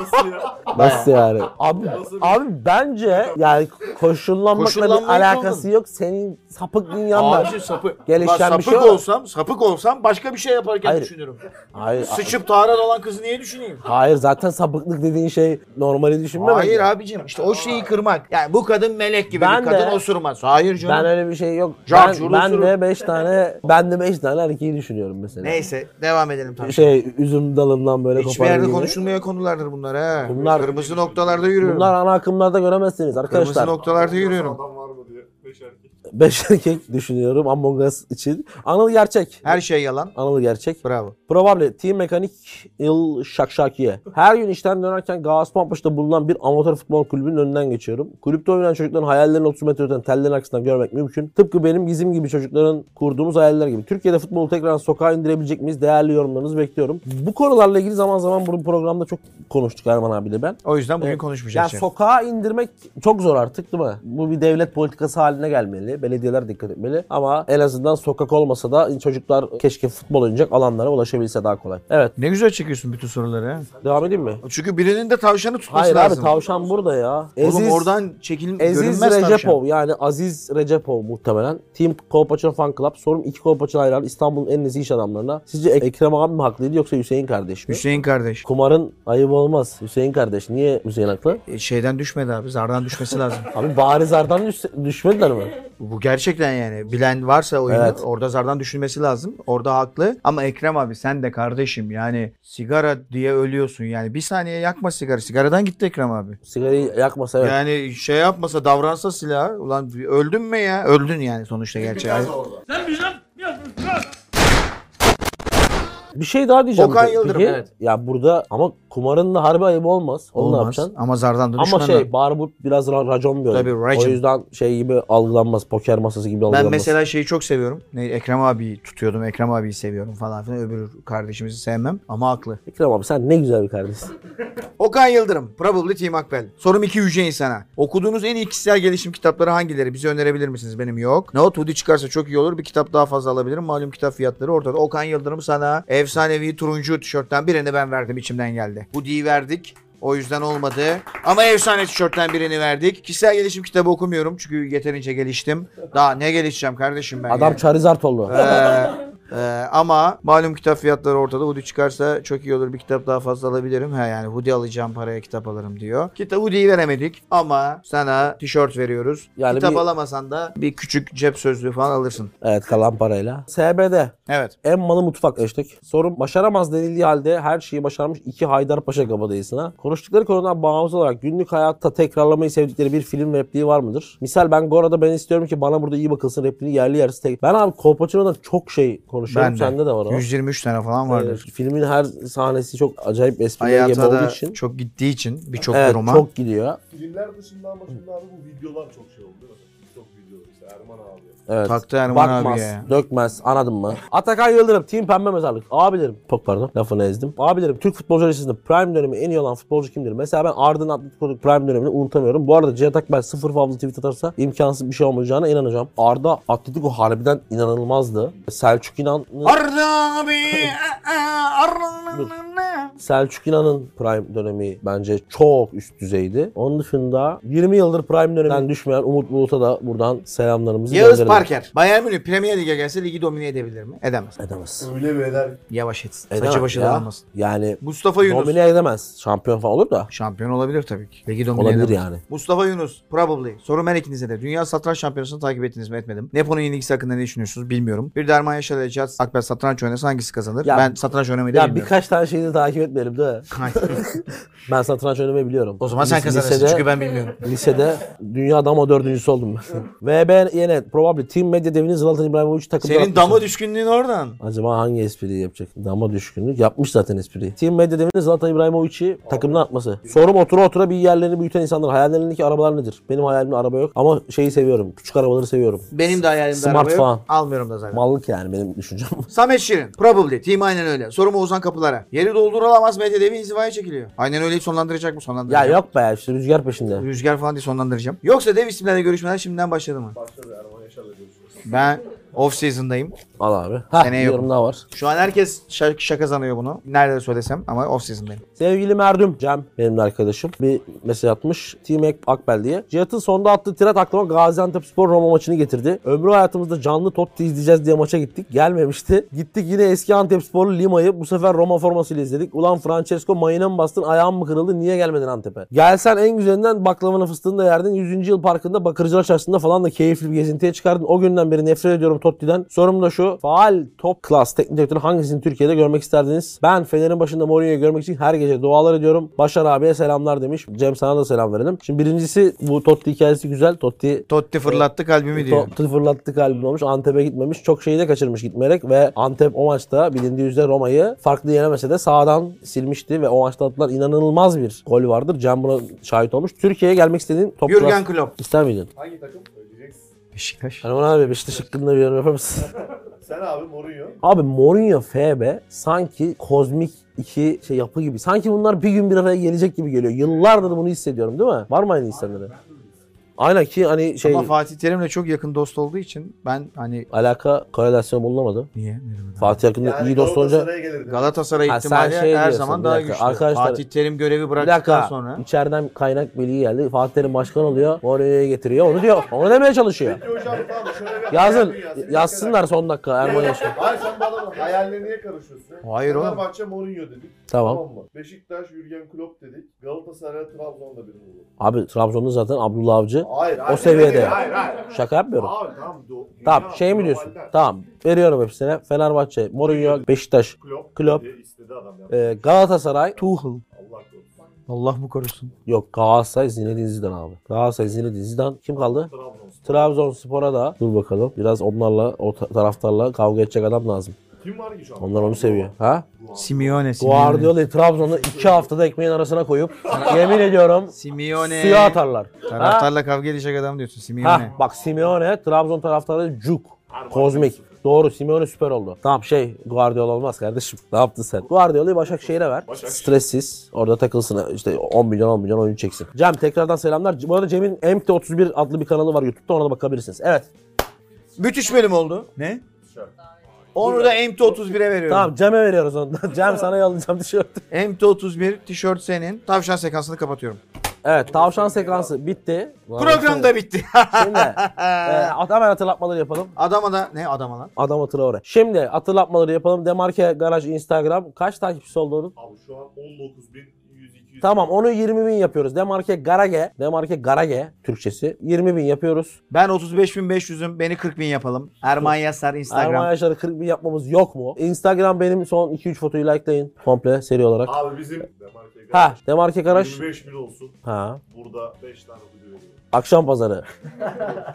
S3: Nasıl ya?
S2: Nasıl yani? Abi,
S3: Nasıl?
S2: abi bence yani koşullanmakla bir
S1: Koşullanmayı
S2: alakası
S1: kıldın.
S2: yok. Senin sapık dünyan var.
S1: Abi sapı.
S2: Gelişen
S1: Ulan
S2: bir
S1: sapık
S2: şey var.
S1: olsam, sapık olsam başka bir şey yaparken
S2: Hayır.
S1: düşünürüm.
S2: Hayır,
S1: Sıçıp taharat olan kızı niye düşüneyim?
S2: hayır zaten sapıklık dediğin şey normali düşünme.
S1: Hayır
S2: bence.
S1: abicim işte o şeyi kırmak. Yani bu kadın melek gibi
S2: Ben
S1: bir kadın
S2: de-
S1: osurmaz. Hayır canım.
S2: Ben öyle bir şey yok.
S1: Can,
S2: ben,
S1: şurul,
S2: ben
S1: şurul.
S2: de 5 tane ben de 5 tane erkeği düşünüyorum mesela.
S1: Neyse devam edelim tabii.
S2: Şey üzüm dalından böyle
S1: Hiçbir
S2: koparan
S1: yerde
S2: gibi.
S1: konuşulmayan konulardır bunlar ha.
S2: Bunlar-
S1: Kırmızı noktalarda yürüyorum.
S2: Bunlar ana akımlarda göremezsiniz
S1: Kırmızı
S2: arkadaşlar.
S1: noktalarda yürüyorum.
S3: Adam var mı diye. Beş erkek.
S2: 5 erkek düşünüyorum Among Us için. Anıl gerçek.
S1: Her şey yalan.
S2: Anıl gerçek.
S1: Bravo.
S2: Probable Team Mekanik Il Şakşakiye. Her gün işten dönerken Gaziantep'te bulunan bir amatör futbol kulübünün önünden geçiyorum. Kulüpte oynayan çocukların hayallerini 30 metre öteden tellerin arkasından görmek mümkün. Tıpkı benim bizim gibi çocukların kurduğumuz hayaller gibi. Türkiye'de futbolu tekrar sokağa indirebilecek miyiz? Değerli yorumlarınızı bekliyorum. Bu konularla ilgili zaman zaman bu programda çok konuştuk Erman abiyle ben.
S1: O yüzden bugün
S2: Evet.
S1: konuşmayacağız.
S2: Ya
S1: şey.
S2: sokağa indirmek çok zor artık değil mi? Bu bir devlet politikası haline gelmeli. Belediyeler dikkat etmeli. Ama en azından sokak olmasa da çocuklar keşke futbol oynayacak alanlara ulaşabilse daha kolay. Evet.
S1: Ne güzel çekiyorsun bütün soruları ha.
S2: Devam edeyim mi?
S1: Çünkü birinin de tavşanı tutması
S2: Hayır
S1: lazım.
S2: abi tavşan burada ya.
S1: Oğlum
S2: Eziz-
S1: oradan çekil
S2: Aziz
S1: görünmez
S2: Recepov
S1: tavşan.
S2: yani Aziz Recepov muhtemelen. Team Kovpaçan Fan Club. Sorum iki Kovpaçan hayranı İstanbul'un en nezih iş adamlarına. Sizce Ek- Ekrem abi mi haklıydı yoksa Hüseyin kardeş mi?
S1: Hüseyin kardeş.
S2: Kumarın ayıbı olmaz. Hüseyin kardeş. Niye Hüseyin haklı?
S1: E, Şeyden düşmedi abi. Zardan düşmesi lazım.
S2: Abi bari zardan düş- düşmediler mi?
S1: Bu gerçekten yani bilen varsa oyunu
S2: Evet.
S1: orada zardan düşünmesi lazım. Orada haklı. Ama Ekrem abi sen de kardeşim yani sigara diye ölüyorsun yani. Bir saniye yakma sigara. Sigaradan gitti Ekrem abi.
S2: Sigarayı yakmasa evet.
S1: Yani şey yapmasa davransa silah ulan bir öldün mü ya? Öldün yani sonuçta gerçi.
S3: Nerede orada?
S2: Bir şey daha diyeceğim.
S1: Okan
S2: pe-
S1: Yıldırım,
S2: şey peki.
S1: evet.
S2: Ya burada ama Kumarın da harbi ayıbı olmaz. Onu ne
S1: Olmaz.
S2: yapacaksın?
S1: Ama zardan da
S2: Ama
S1: düşman da.
S2: şey barbut biraz ra- racon bir oyun.
S1: Tabii, racon.
S2: O yüzden şey gibi algılanmaz. Poker masası gibi algılanmaz.
S1: Ben mesela şeyi çok seviyorum. Ne, Ekrem abiyi tutuyordum. Ekrem abiyi seviyorum falan filan. Öbür kardeşimizi sevmem ama haklı.
S2: Ekrem abi sen ne güzel bir kardeşsin.
S1: Okan Yıldırım. Probably Team Akbel. Sorum iki yüce insana. Okuduğunuz en iyi kişisel gelişim kitapları hangileri? Bize önerebilir misiniz? Benim yok. Not Hoodie çıkarsa çok iyi olur. Bir kitap daha fazla alabilirim. Malum kitap fiyatları ortada. Okan Yıldırım sana efsanevi turuncu tişörtten birini ben verdim. içimden geldi. Hoodie'yi verdik. O yüzden olmadı. Ama efsane tişörtten birini verdik. Kişisel gelişim kitabı okumuyorum. Çünkü yeterince geliştim. Daha ne gelişeceğim kardeşim ben ya?
S2: Adam Charizard oldu.
S1: Ee, e, ama malum kitap fiyatları ortada. Hudi çıkarsa çok iyi olur. Bir kitap daha fazla alabilirim. He yani Hudi alacağım paraya kitap alırım diyor. Kitap Hudi'yi veremedik ama sana tişört veriyoruz.
S2: Yani
S1: kitap
S2: bir-
S1: alamasan da bir küçük cep sözlüğü falan alırsın.
S2: Evet kalan parayla. SBD.
S1: Evet.
S2: En malı mutfak hashtag. Sorun başaramaz denildiği halde her şeyi başarmış iki Haydarpaşa kabadayısına. Konuştukları konudan bağımsız olarak günlük hayatta tekrarlamayı sevdikleri bir film ve repliği var mıdır? Misal ben Gora'da ben istiyorum ki bana burada iyi bakılsın repliğini yerli yersiz tek. Ben abi Kolpaçino'da çok şey konuşuyorum.
S1: Ben de.
S2: Sende de var o.
S1: 123 tane falan vardır.
S2: Evet, filmin her sahnesi çok acayip espriye gebe
S1: Hayata
S2: olduğu
S1: da
S2: için.
S1: çok gittiği için birçok
S2: evet,
S1: duruma.
S2: çok gidiyor.
S3: Filmler dışında ama şimdi abi bu videolar çok şey oldu. değil mi? Çok videolar işte Erman abi.
S2: Evet.
S1: Taktı Erman
S2: Bakmaz,
S1: abiye.
S2: dökmez. Anladın mı? Atakan Yıldırım, Team Pembe Mezarlık. Abilerim, çok pardon lafını ezdim. Abilerim, Türk futbolcuları içerisinde prime dönemi en iyi olan futbolcu kimdir? Mesela ben Arda'nın Atletico prime dönemini unutamıyorum. Bu arada Cihat Akbel sıfır favlı tweet atarsa imkansız bir şey olmayacağına inanacağım. Arda Atletico harbiden inanılmazdı. Selçuk İnan'ın
S1: Arda abi. e,
S2: Dur.
S1: Arda.
S2: Selçuk İnan'ın prime dönemi bence çok üst düzeydi. Onun dışında 20 yıldır prime döneminden düşmeyen Umut Bulut'a da buradan selamlarımızı
S1: Yağız
S2: gönderelim.
S1: Parker. Bayern Münih Premier Lig'e gelse ligi domine edebilir mi? Edemez.
S2: Edemez.
S3: Öyle bir eder.
S1: Yavaş etsin.
S2: Edemez
S1: Saçı başı
S2: E, ya.
S1: dağılmasın.
S2: Yani
S1: Mustafa Yunus.
S2: Domine edemez. Şampiyon falan olur da.
S1: Şampiyon olabilir tabii ki. Ligi domine
S2: Olabilir
S1: edemez.
S2: yani.
S1: Mustafa Yunus, probably. Sorum her ikinize de. Dünya Satranç Şampiyonası'nı takip ettiniz mi etmedim. Nepo'nun yenilgisi hakkında ne düşünüyorsunuz bilmiyorum. Bir de Erman Yaşar ile Cihat Akber satranç oynasa hangisi kazanır?
S2: Ya-
S1: ben satranç oynamayı da
S2: Ya
S1: bilmiyorum.
S2: birkaç tane şeyi de takip etmeyelim de.
S1: Hayır.
S2: Ben satranç oynamayı biliyorum.
S1: o zaman sen
S2: Lise-
S1: kazanırsın
S2: lisede-
S1: çünkü ben bilmiyorum.
S2: Lisede dünya dama dördüncüsü oldum ben. Ve ben yine probably Team Medya devinin Zlatan İbrahimovic takımda
S1: Senin
S2: atmışım.
S1: dama düşkünlüğün oradan.
S2: Acaba hangi espriyi yapacak? Dama düşkünlük. Yapmış zaten espriyi. Team Medya devinin Zlatan İbrahimovic'i takımdan atması. Sorum otura otura bir yerlerini büyüten insanlar. Hayallerindeki arabalar nedir? Benim hayalimde araba yok. Ama şeyi seviyorum. Küçük arabaları seviyorum.
S1: Benim de hayalimde
S2: Smart
S1: araba yok.
S2: falan.
S1: Almıyorum da zaten.
S2: Mallık yani benim düşüncem.
S1: Samet Şirin. Probably. Team aynen öyle. Sorum Oğuzhan Kapılar'a. Yeri doldurulamaz medyadevi inzivaya çekiliyor. Aynen öyle sonlandıracak mı?
S2: ya
S1: Sonlandıracak.
S2: yok be işte rüzgar peşinde.
S1: Rüzgar falan diye sonlandıracağım. Yoksa dev isimlerle görüşmeler şimdiden başladı mı?
S3: Başladı Erman Yaşar'la görüşürüz.
S1: Ben off season'dayım.
S2: Al abi. Ha
S1: Seneye
S2: bir yorum
S1: yokum.
S2: daha var.
S1: Şu an herkes şa- şaka sanıyor bunu. Nerede söylesem ama off season'dayım.
S2: Sevgili Merdüm Cem benim de arkadaşım bir mesaj atmış. Team Ak- Akbel diye. Cihat'ın sonda attığı tirat aklıma Gaziantepspor Roma maçını getirdi. Ömrü hayatımızda canlı Totti izleyeceğiz diye maça gittik. Gelmemişti. Gittik yine eski Antepsporlu Lima'yı bu sefer Roma formasıyla izledik. Ulan Francesco mayına mı bastın ayağın mı kırıldı niye gelmedin Antep'e? Gelsen en güzelinden baklavanı fıstığını da yerdin. 100. yıl parkında Bakırcılar Çarşısı'nda falan da keyifli bir gezintiye çıkardın. O günden beri nefret ediyorum Totti'den. Sorum da şu. Faal top class teknik direktörü hangisini Türkiye'de görmek isterdiniz? Ben Fener'in başında Mourinho'yu görmek için her gece dualar ediyorum. Başar abiye selamlar demiş. Cem sana da selam verelim. Şimdi birincisi bu Totti hikayesi güzel. Totti
S1: Totti fırlattı kalbimi diyor.
S2: Totti fırlattı kalbini olmuş. Antep'e gitmemiş. Çok şeyi de kaçırmış gitmeyerek ve Antep o maçta bilindiği üzere Roma'yı farklı yenemese de sağdan silmişti ve o maçta atılan inanılmaz bir gol vardır. Cem buna şahit olmuş. Türkiye'ye gelmek istediğin top
S1: Jürgen
S2: class-
S1: Klopp.
S2: İster miydin?
S3: Hangi takım? Ödeyeceksin.
S1: Beşiktaş.
S2: Erman abi Beşiktaş hakkında bir yorum yapar mısın?
S3: Sen abi Mourinho.
S2: Abi Mourinho FB sanki kozmik iki şey yapı gibi. Sanki bunlar bir gün bir araya gelecek gibi geliyor. Yıllardır bunu hissediyorum değil mi? Var mı aynı hissenleri? Aynen ki hani şey
S1: Ama Fatih Terim'le çok yakın dost olduğu için ben hani
S2: alaka korelasyon bulunamadı.
S1: niye? Ne demek?
S2: Fatih Akın'la iyi dost olunca
S3: Galatasaray'a gelirdi.
S1: Galatasaray
S2: Ha, sen
S1: ihtimali
S2: şey
S1: her
S2: diyorsun,
S1: zaman
S2: bir
S1: daha
S2: dakika.
S1: güçlü.
S2: Arkadaşlar-
S1: Fatih Terim görevi
S2: bir
S1: bıraktıktan
S2: dakika
S1: sonra
S2: içeriden kaynak bilgi geldi. Fatih Terim başkan oluyor. Mourinho'yu getiriyor. Onu diyor. Onu demeye çalışıyor.
S3: Hocam tamam şöyle bir hayal
S2: Yazın.
S3: dünyası.
S2: Yazsınlar son dakika Erman Yaşar.
S3: Hayır sen bu adamın hayaline niye karışıyorsun?
S1: Hayır oğlum.
S3: Fenerbahçe Mourinho dedik.
S2: Tamam.
S3: mı? Beşiktaş Jürgen Klopp dedik. Galatasaray Trabzon'da birini bulduk.
S2: Abi Trabzon'da zaten Abdullah Avcı.
S3: Hayır hayır.
S2: seviyede.
S3: Hayır hayır.
S2: Şaka yapmıyorum.
S3: Abi tamam. Do-
S2: Tamam
S3: dünya
S2: şey mi diyorsun?
S3: globalden. Şey,
S2: Tamam veriyorum hepsine. Fenerbahçe, Mourinho, Beşiktaş,
S3: Klopp.
S2: Klopp.
S3: e, istedi adam ya.
S2: e, Galatasaray, Tuchel.
S3: Allah korusun.
S1: Allah mı korusun?
S2: Yok Galatasaray Zinedine Zidane abi. Galatasaray Zinedine Zidane kim kaldı?
S3: Trabzonspor.
S2: Trabzonspor'a da dur bakalım. Biraz onlarla o ta- taraftarla kavga edecek adam lazım.
S3: Kim var ki şu an?
S2: Onlar onu seviyor. Ha?
S1: Simeone. Simeone.
S2: Guardiola'yı Trabzon'da iki haftada ekmeğin arasına koyup yemin ediyorum
S1: Simeone.
S2: suya atarlar.
S1: Taraftarla kavga edecek adam diyorsun
S2: Ha
S1: Simeone.
S2: bak Simeone Trabzon taraftarı cuk. Kozmik. Doğru Simeone süper oldu. Tamam şey Guardiola olmaz kardeşim. Ne yaptın sen? Guardiola'yı Başakşehir'e ver. Stressiz. Orada takılsın. işte 10 milyon 10 milyon oyun çeksin. Cem tekrardan selamlar. Bu arada Cem'in MT31 adlı bir kanalı var YouTube'da ona da bakabilirsiniz. Evet.
S1: Müthiş bölüm oldu. Ne? Onu da MT31'e veriyorum.
S2: Tamam Cem'e veriyoruz onu. da. Cem sana yollayacağım tişörtü.
S1: MT31 tişört senin. Tavşan sekansını kapatıyorum.
S2: Evet tavşan sekansı bitti. şey,
S1: Program da bitti.
S2: Şimdi e, hemen hatırlatmaları yapalım.
S1: Adama da ne adama lan?
S2: Adam Traore. Şimdi hatırlatmaları yapalım. Demarke Garaj Instagram. Kaç takipçisi oldu onun?
S3: Abi şu an 19.100-200.
S2: Tamam onu 20 bin yapıyoruz. Demarke Garage. Demarke Garage Türkçesi. 20 bin yapıyoruz.
S1: Ben 35.500'üm. Beni 40.000 yapalım. Erman Yasar Instagram.
S2: Erman Yaşar'ı 40 bin yapmamız yok mu? Instagram benim son 2-3 fotoyu likelayın. Komple seri olarak.
S3: Abi bizim Demarke
S2: Ha
S3: Garaj.
S2: Demarke Garaj.
S3: 25 bin olsun.
S2: Ha.
S3: Burada 5 tane ödül veriyor.
S2: Akşam pazarı.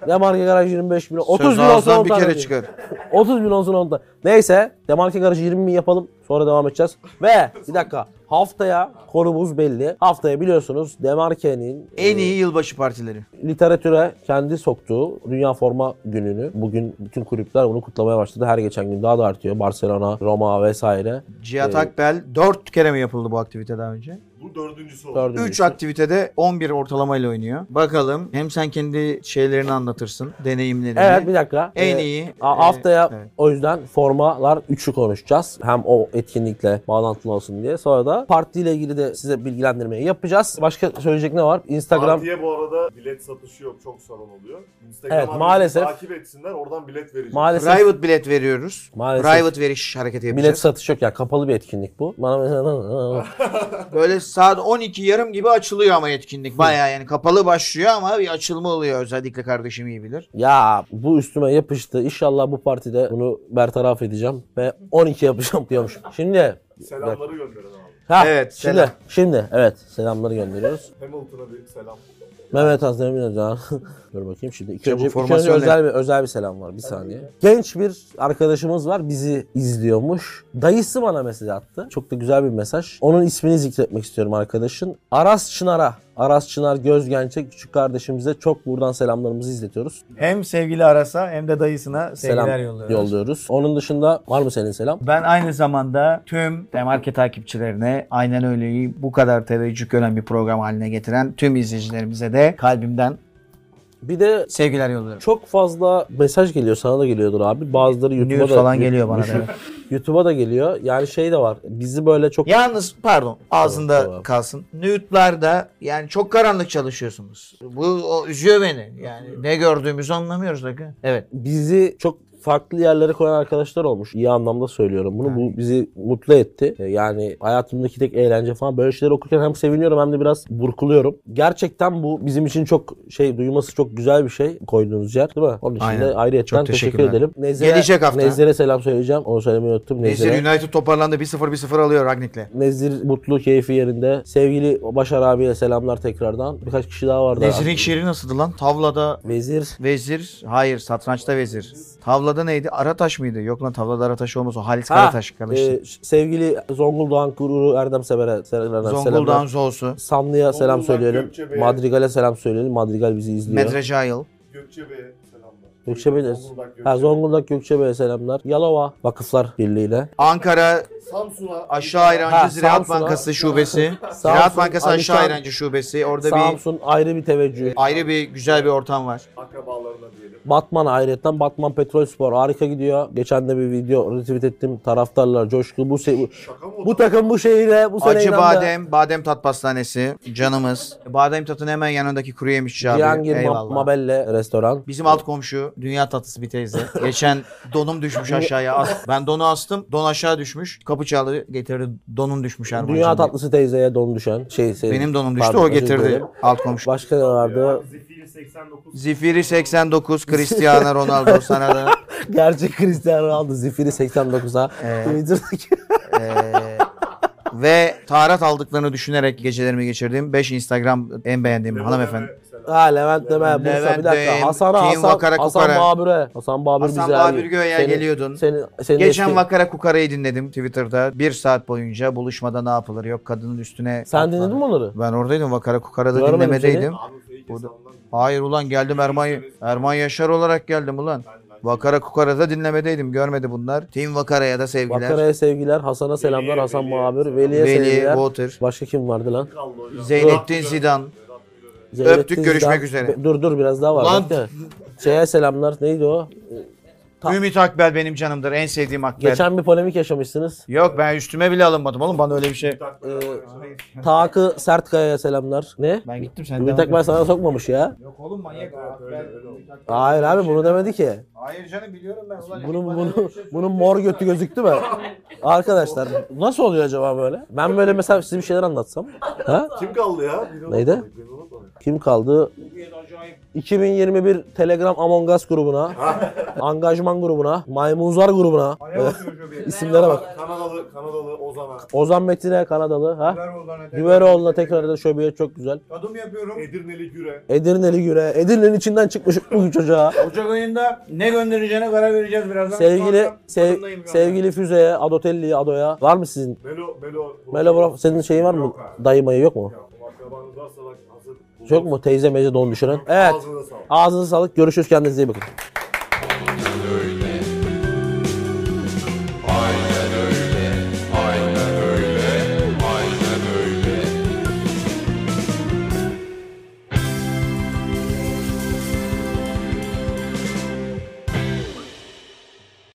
S2: Demarke Garaj 25 bin. 30
S1: Söz
S2: bin olsun
S1: ağızdan
S2: 10
S1: bir
S2: tane.
S1: kere
S2: diyeyim.
S1: çıkar.
S2: 30 bin olsun 10 tane. Neyse Demarke Garaj 20 bin yapalım. Sonra devam edeceğiz. Ve bir dakika. Haftaya konumuz belli. Haftaya biliyorsunuz Demarke'nin
S1: En iyi yılbaşı partileri.
S2: literatüre kendi soktuğu Dünya Forma Günü'nü bugün bütün kulüpler bunu kutlamaya başladı. Her geçen gün daha da artıyor. Barcelona, Roma vesaire.
S1: Cihat
S2: Ee,
S1: Akbel 4 kere mi yapıldı bu aktivite daha önce?
S3: Bu dördüncüsü oldu.
S2: Dördüncü
S1: 3
S2: işte.
S1: aktivitede 11 ortalamayla oynuyor. Bakalım hem sen kendi şeylerini anlatırsın, deneyimlerini.
S2: Evet bir dakika.
S1: En
S2: Ee,
S1: iyi.
S2: a-
S1: e,
S2: haftaya
S1: evet.
S2: o yüzden formalar 3'ü konuşacağız. Hem o etkinlikle bağlantılı olsun diye. Sonra da partiyle ilgili de size bilgilendirmeyi yapacağız. Başka söyleyecek ne var? Instagram
S3: Partiye bu arada bilet satışı yok. Çok sorun oluyor.
S2: Evet,
S3: Instagram'dan
S2: maalesef.
S3: takip etsinler. Oradan bilet vereceğiz.
S2: maalesef
S1: Private bilet veriyoruz.
S2: Maalesef.
S1: Private veriş hareketi
S2: bilet
S1: yapacağız.
S2: satış yok. Yani kapalı bir etkinlik bu. Bana
S1: Böyle saat 12 yarım gibi açılıyor ama etkinlik. Bayağı yani kapalı başlıyor ama bir açılma oluyor özellikle kardeşim iyi bilir.
S2: Ya bu üstüme yapıştı. İnşallah bu partide bunu bertaraf edeceğim ve 12 yapacağım diyormuş. Şimdi
S3: Selamları gönderin abi.
S2: ha,
S1: Evet,
S2: Şimdi
S1: selam.
S2: şimdi evet selamları gönderiyoruz.
S3: Hamilton'a bir selam.
S2: Mehmet Aslan Emin Özdağ. Dur bakayım şimdi. İlk
S1: İşte bu
S2: önce, ilk önce
S1: formasyon
S2: özel bir, özel bir selam var. Bir saniye. Genç bir arkadaşımız var. Bizi izliyormuş. Dayısı bana mesaj attı. Çok da güzel bir mesaj. Onun ismini zikretmek istiyorum arkadaşın. Aras Çınar'a. Aras Çınar Gözgenç'e küçük kardeşimize çok buradan selamlarımızı izletiyoruz.
S7: Hem sevgili Aras'a hem de dayısına sevgiler
S2: selam
S7: yolluyoruz.
S2: yolluyoruz. Onun dışında var mı senin selam?
S7: Ben aynı zamanda tüm Demarke takipçilerine aynen öyle bu kadar teveccüh gören bir program haline getiren tüm izleyicilerimize de kalbimden
S2: Bir de
S7: sevgiler yolluyorum.
S2: çok fazla mesaj geliyor sana da geliyordur abi. Bazıları YouTube'a
S7: News
S2: da
S7: falan geliyor bana da. evet.
S2: YouTube'a da geliyor. Yani şey de var. Bizi böyle çok
S1: Yalnız pardon ağzında
S2: tamam.
S1: kalsın. Nude'larda yani çok karanlık çalışıyorsunuz. Bu o, üzüyor beni. Yani ne gördüğümüzü anlamıyoruz. Bakın. Evet.
S2: bizi çok farklı yerlere koyan arkadaşlar olmuş. İyi anlamda söylüyorum bunu. Bu bizi mutlu etti. Ee, Yani hayatımdaki tek eğlence falan. Böyle şeyler okurken hem seviniyorum hem de biraz burkuluyorum. Gerçekten bu bizim için çok şey duyması çok güzel bir şey koyduğunuz yer değil mi? Onun için
S1: Aynen.
S2: de ayrıyeten
S1: Çok
S2: teşekkür
S1: teşekkürler.
S2: edelim. Nezire,
S1: Gelecek hafta.
S2: Nezire selam söyleyeceğim. Onu söylemeyi unuttum.
S1: Neyse
S2: Nezire.
S1: United toparlandı 1-0 1-0 alıyor Ragnik'le.
S2: Nezir mutlu keyfi yerinde. Sevgili Başar abiye selamlar tekrardan. Birkaç kişi daha vardı.
S1: Nezir'in şiiri nasıldı lan? Tavlada
S2: Vezir.
S1: vezir, hayır satrançta vezir. Tavlada neydi? Arataş mıydı? Yok lan tavlada Arataş olmaz o. Halis Karataş karıştı.
S2: e, ş- sevgili Zonguldak'ın gururu Erdem Sever'e selamlar.
S1: Zonguldak'ın
S2: selamlar.
S1: Zosu.
S2: Sanlı'ya selam
S3: Zonguldak
S2: söyleyelim.
S3: Gökçebe'ye.
S2: Madrigal'e selam söyleyelim. Madrigal bizi izliyor.
S1: Medrecail.
S3: Gökçe Bey'e selamlar.
S2: Gökçe Bey'e-
S3: Zonguldak Gökçe
S2: Ha,
S3: Bey.
S2: Zonguldak Gökçebe'ye selamlar. Yalova Vakıflar Birliği'yle.
S1: Ankara
S3: Samsun'a
S1: Aşağı
S2: Ha,
S1: Ayrancı Ziraat
S2: Samsun'a.
S1: Bankası Şubesi.
S2: Samsun,
S1: Ziraat Bankası Aşağı
S2: Alişan-
S1: Ayrancı Şubesi. Orada bir E-
S2: Samsun ayrı bir teveccüh.
S1: ayrı bir güzel bir ortam var.
S3: akrabalarına diyelim.
S2: Batman ayrıyetten Batman Petrol Spor harika gidiyor. Geçen de bir video retweet ettim. Taraftarlar coşku. Bu se-
S3: Şaka mı o
S2: bu takım bu şehire bu sene
S1: Acı
S2: inandı.
S1: Badem, Badem Tat Pastanesi, canımız. Badem Tat'ın hemen yanındaki kuru yemişçi abi.
S2: Cihangir Ma-
S1: Eyvallah.
S2: Mabelle restoran.
S1: Bizim alt komşu dünya tatlısı bir teyze. Geçen donum düşmüş aşağıya. as- Ben donu astım. Don aşağı düşmüş. Kapı çaldı getirdi. Donum düşmüş Erman'cığım
S2: Dünya
S1: diye.
S2: tatlısı teyzeye don düşen şey senin-
S1: Benim donum düştü
S2: Pardon,
S1: o
S2: özür
S1: getirdi
S2: dilerim.
S1: alt komşu.
S2: Başka ne vardı?
S3: Zifiri 89.
S1: Zifiri 89 Cristiano Ronaldo sana da.
S2: Gerçek Cristiano Ronaldo zifiri 89'a. Twitter'daki
S1: Ee, ve taharet aldıklarını düşünerek gecelerimi geçirdiğim 5 Instagram en beğendiğim hanımefendi.
S3: Selam. mesela.
S2: Ha Levent deme Bursa bir
S1: Levent
S2: dakika.
S1: Bey'im,
S2: Hasan'a
S1: Kim
S2: Hasan,
S1: Vakara
S2: Hasan
S1: Kukara.
S2: Babür'e. Hasan Babür
S1: Hasan
S2: bize
S1: Babür
S2: abi.
S1: Göğe'ye
S2: Senin-
S1: geliyordun.
S2: Senin, senin
S1: Geçen
S2: eski-
S1: Vakara Kukara'yı dinledim Twitter'da. Bir saat boyunca buluşmada ne yapılır? Yok kadının üstüne...
S2: Sen
S1: atlar.
S2: dinledin mi onları?
S1: Ben oradaydım Vakara Kukara'da
S2: Görmedim
S1: dinlemedeydim.
S3: Abi fake
S1: Burada-
S3: hesabından
S1: Hayır ulan geldim Erman, Erman Yaşar olarak geldim ulan. Vakara Kukara'da dinlemedeydim görmedi bunlar. Team Vakara'ya da sevgiler.
S2: Vakara'ya sevgiler, Hasan'a selamlar, Hasan Babür, Veli'ye
S1: Veli,
S2: sevgiler.
S1: Water,
S2: Başka kim vardı lan?
S3: kaldı hocam.
S1: Zeynettin Zidane.
S2: Zeynep
S1: Öptük,
S2: Tezcan-
S1: görüşmek üzere.
S2: Be- Dur dur biraz daha var.
S1: Lan-
S2: bekle. Şeye selamlar. Neydi o? Ta-
S1: Ümit Akbel benim canımdır en sevdiğim Akbel.
S2: Geçen bir polemik yaşamışsınız.
S1: Yok ben üstüme bile alınmadım oğlum bana öyle bir şey.
S2: Taakı Sertkaya'ya selamlar. Ne?
S1: Ben gittim sen
S2: Ümit Akbay sana sokmamış ya.
S1: Yok oğlum manyak.
S2: Hayır abi bunu demedi ki.
S1: Hayır canım biliyorum ben. Ulan
S2: Bunun, bunu, bunun mor götü gözüktü mü? Arkadaşlar nasıl oluyor acaba böyle? Ben böyle mesela size bir şeyler anlatsam. Ha?
S3: Kim kaldı ya? Biri
S2: Neydi?
S3: unutmadık, biri unutmadık.
S2: Kim kaldı? 2021 Telegram Among Us grubuna, Angajman grubuna, Maymunzar grubuna, isimlere bak.
S3: Kanadalı, Kanadalı Ozan'a.
S2: Ozan Metin'e Kanadalı. Ha? Güveroğlu'na tekrar da şöbeye çok güzel.
S1: Tadım yapıyorum.
S3: Edirneli Güre.
S2: Edirneli Güre. Edirne'nin içinden çıkmış bu çocuğa.
S1: Ocak ayında ne göndereceğine karar vereceğiz birazdan.
S2: Sevgili
S1: Sonra
S2: sev-
S1: tadımdayım şu an.
S2: sevgili Füze'ye, Adotelli'ye, Ado'ya. Var mı sizin?
S3: Melo, Melo.
S2: Melo Bro- senin şeyin var mı?
S3: Yok abi.
S2: Dayı mayı yok mu?
S3: Ya, bu Akrabanız varsa bak hazır.
S2: Yok mu teyze mece don düşüren? Evet.
S3: Ağzınıza sağlık.
S2: Ağzınıza sağlık. Görüşürüz. Kendinize iyi bakın.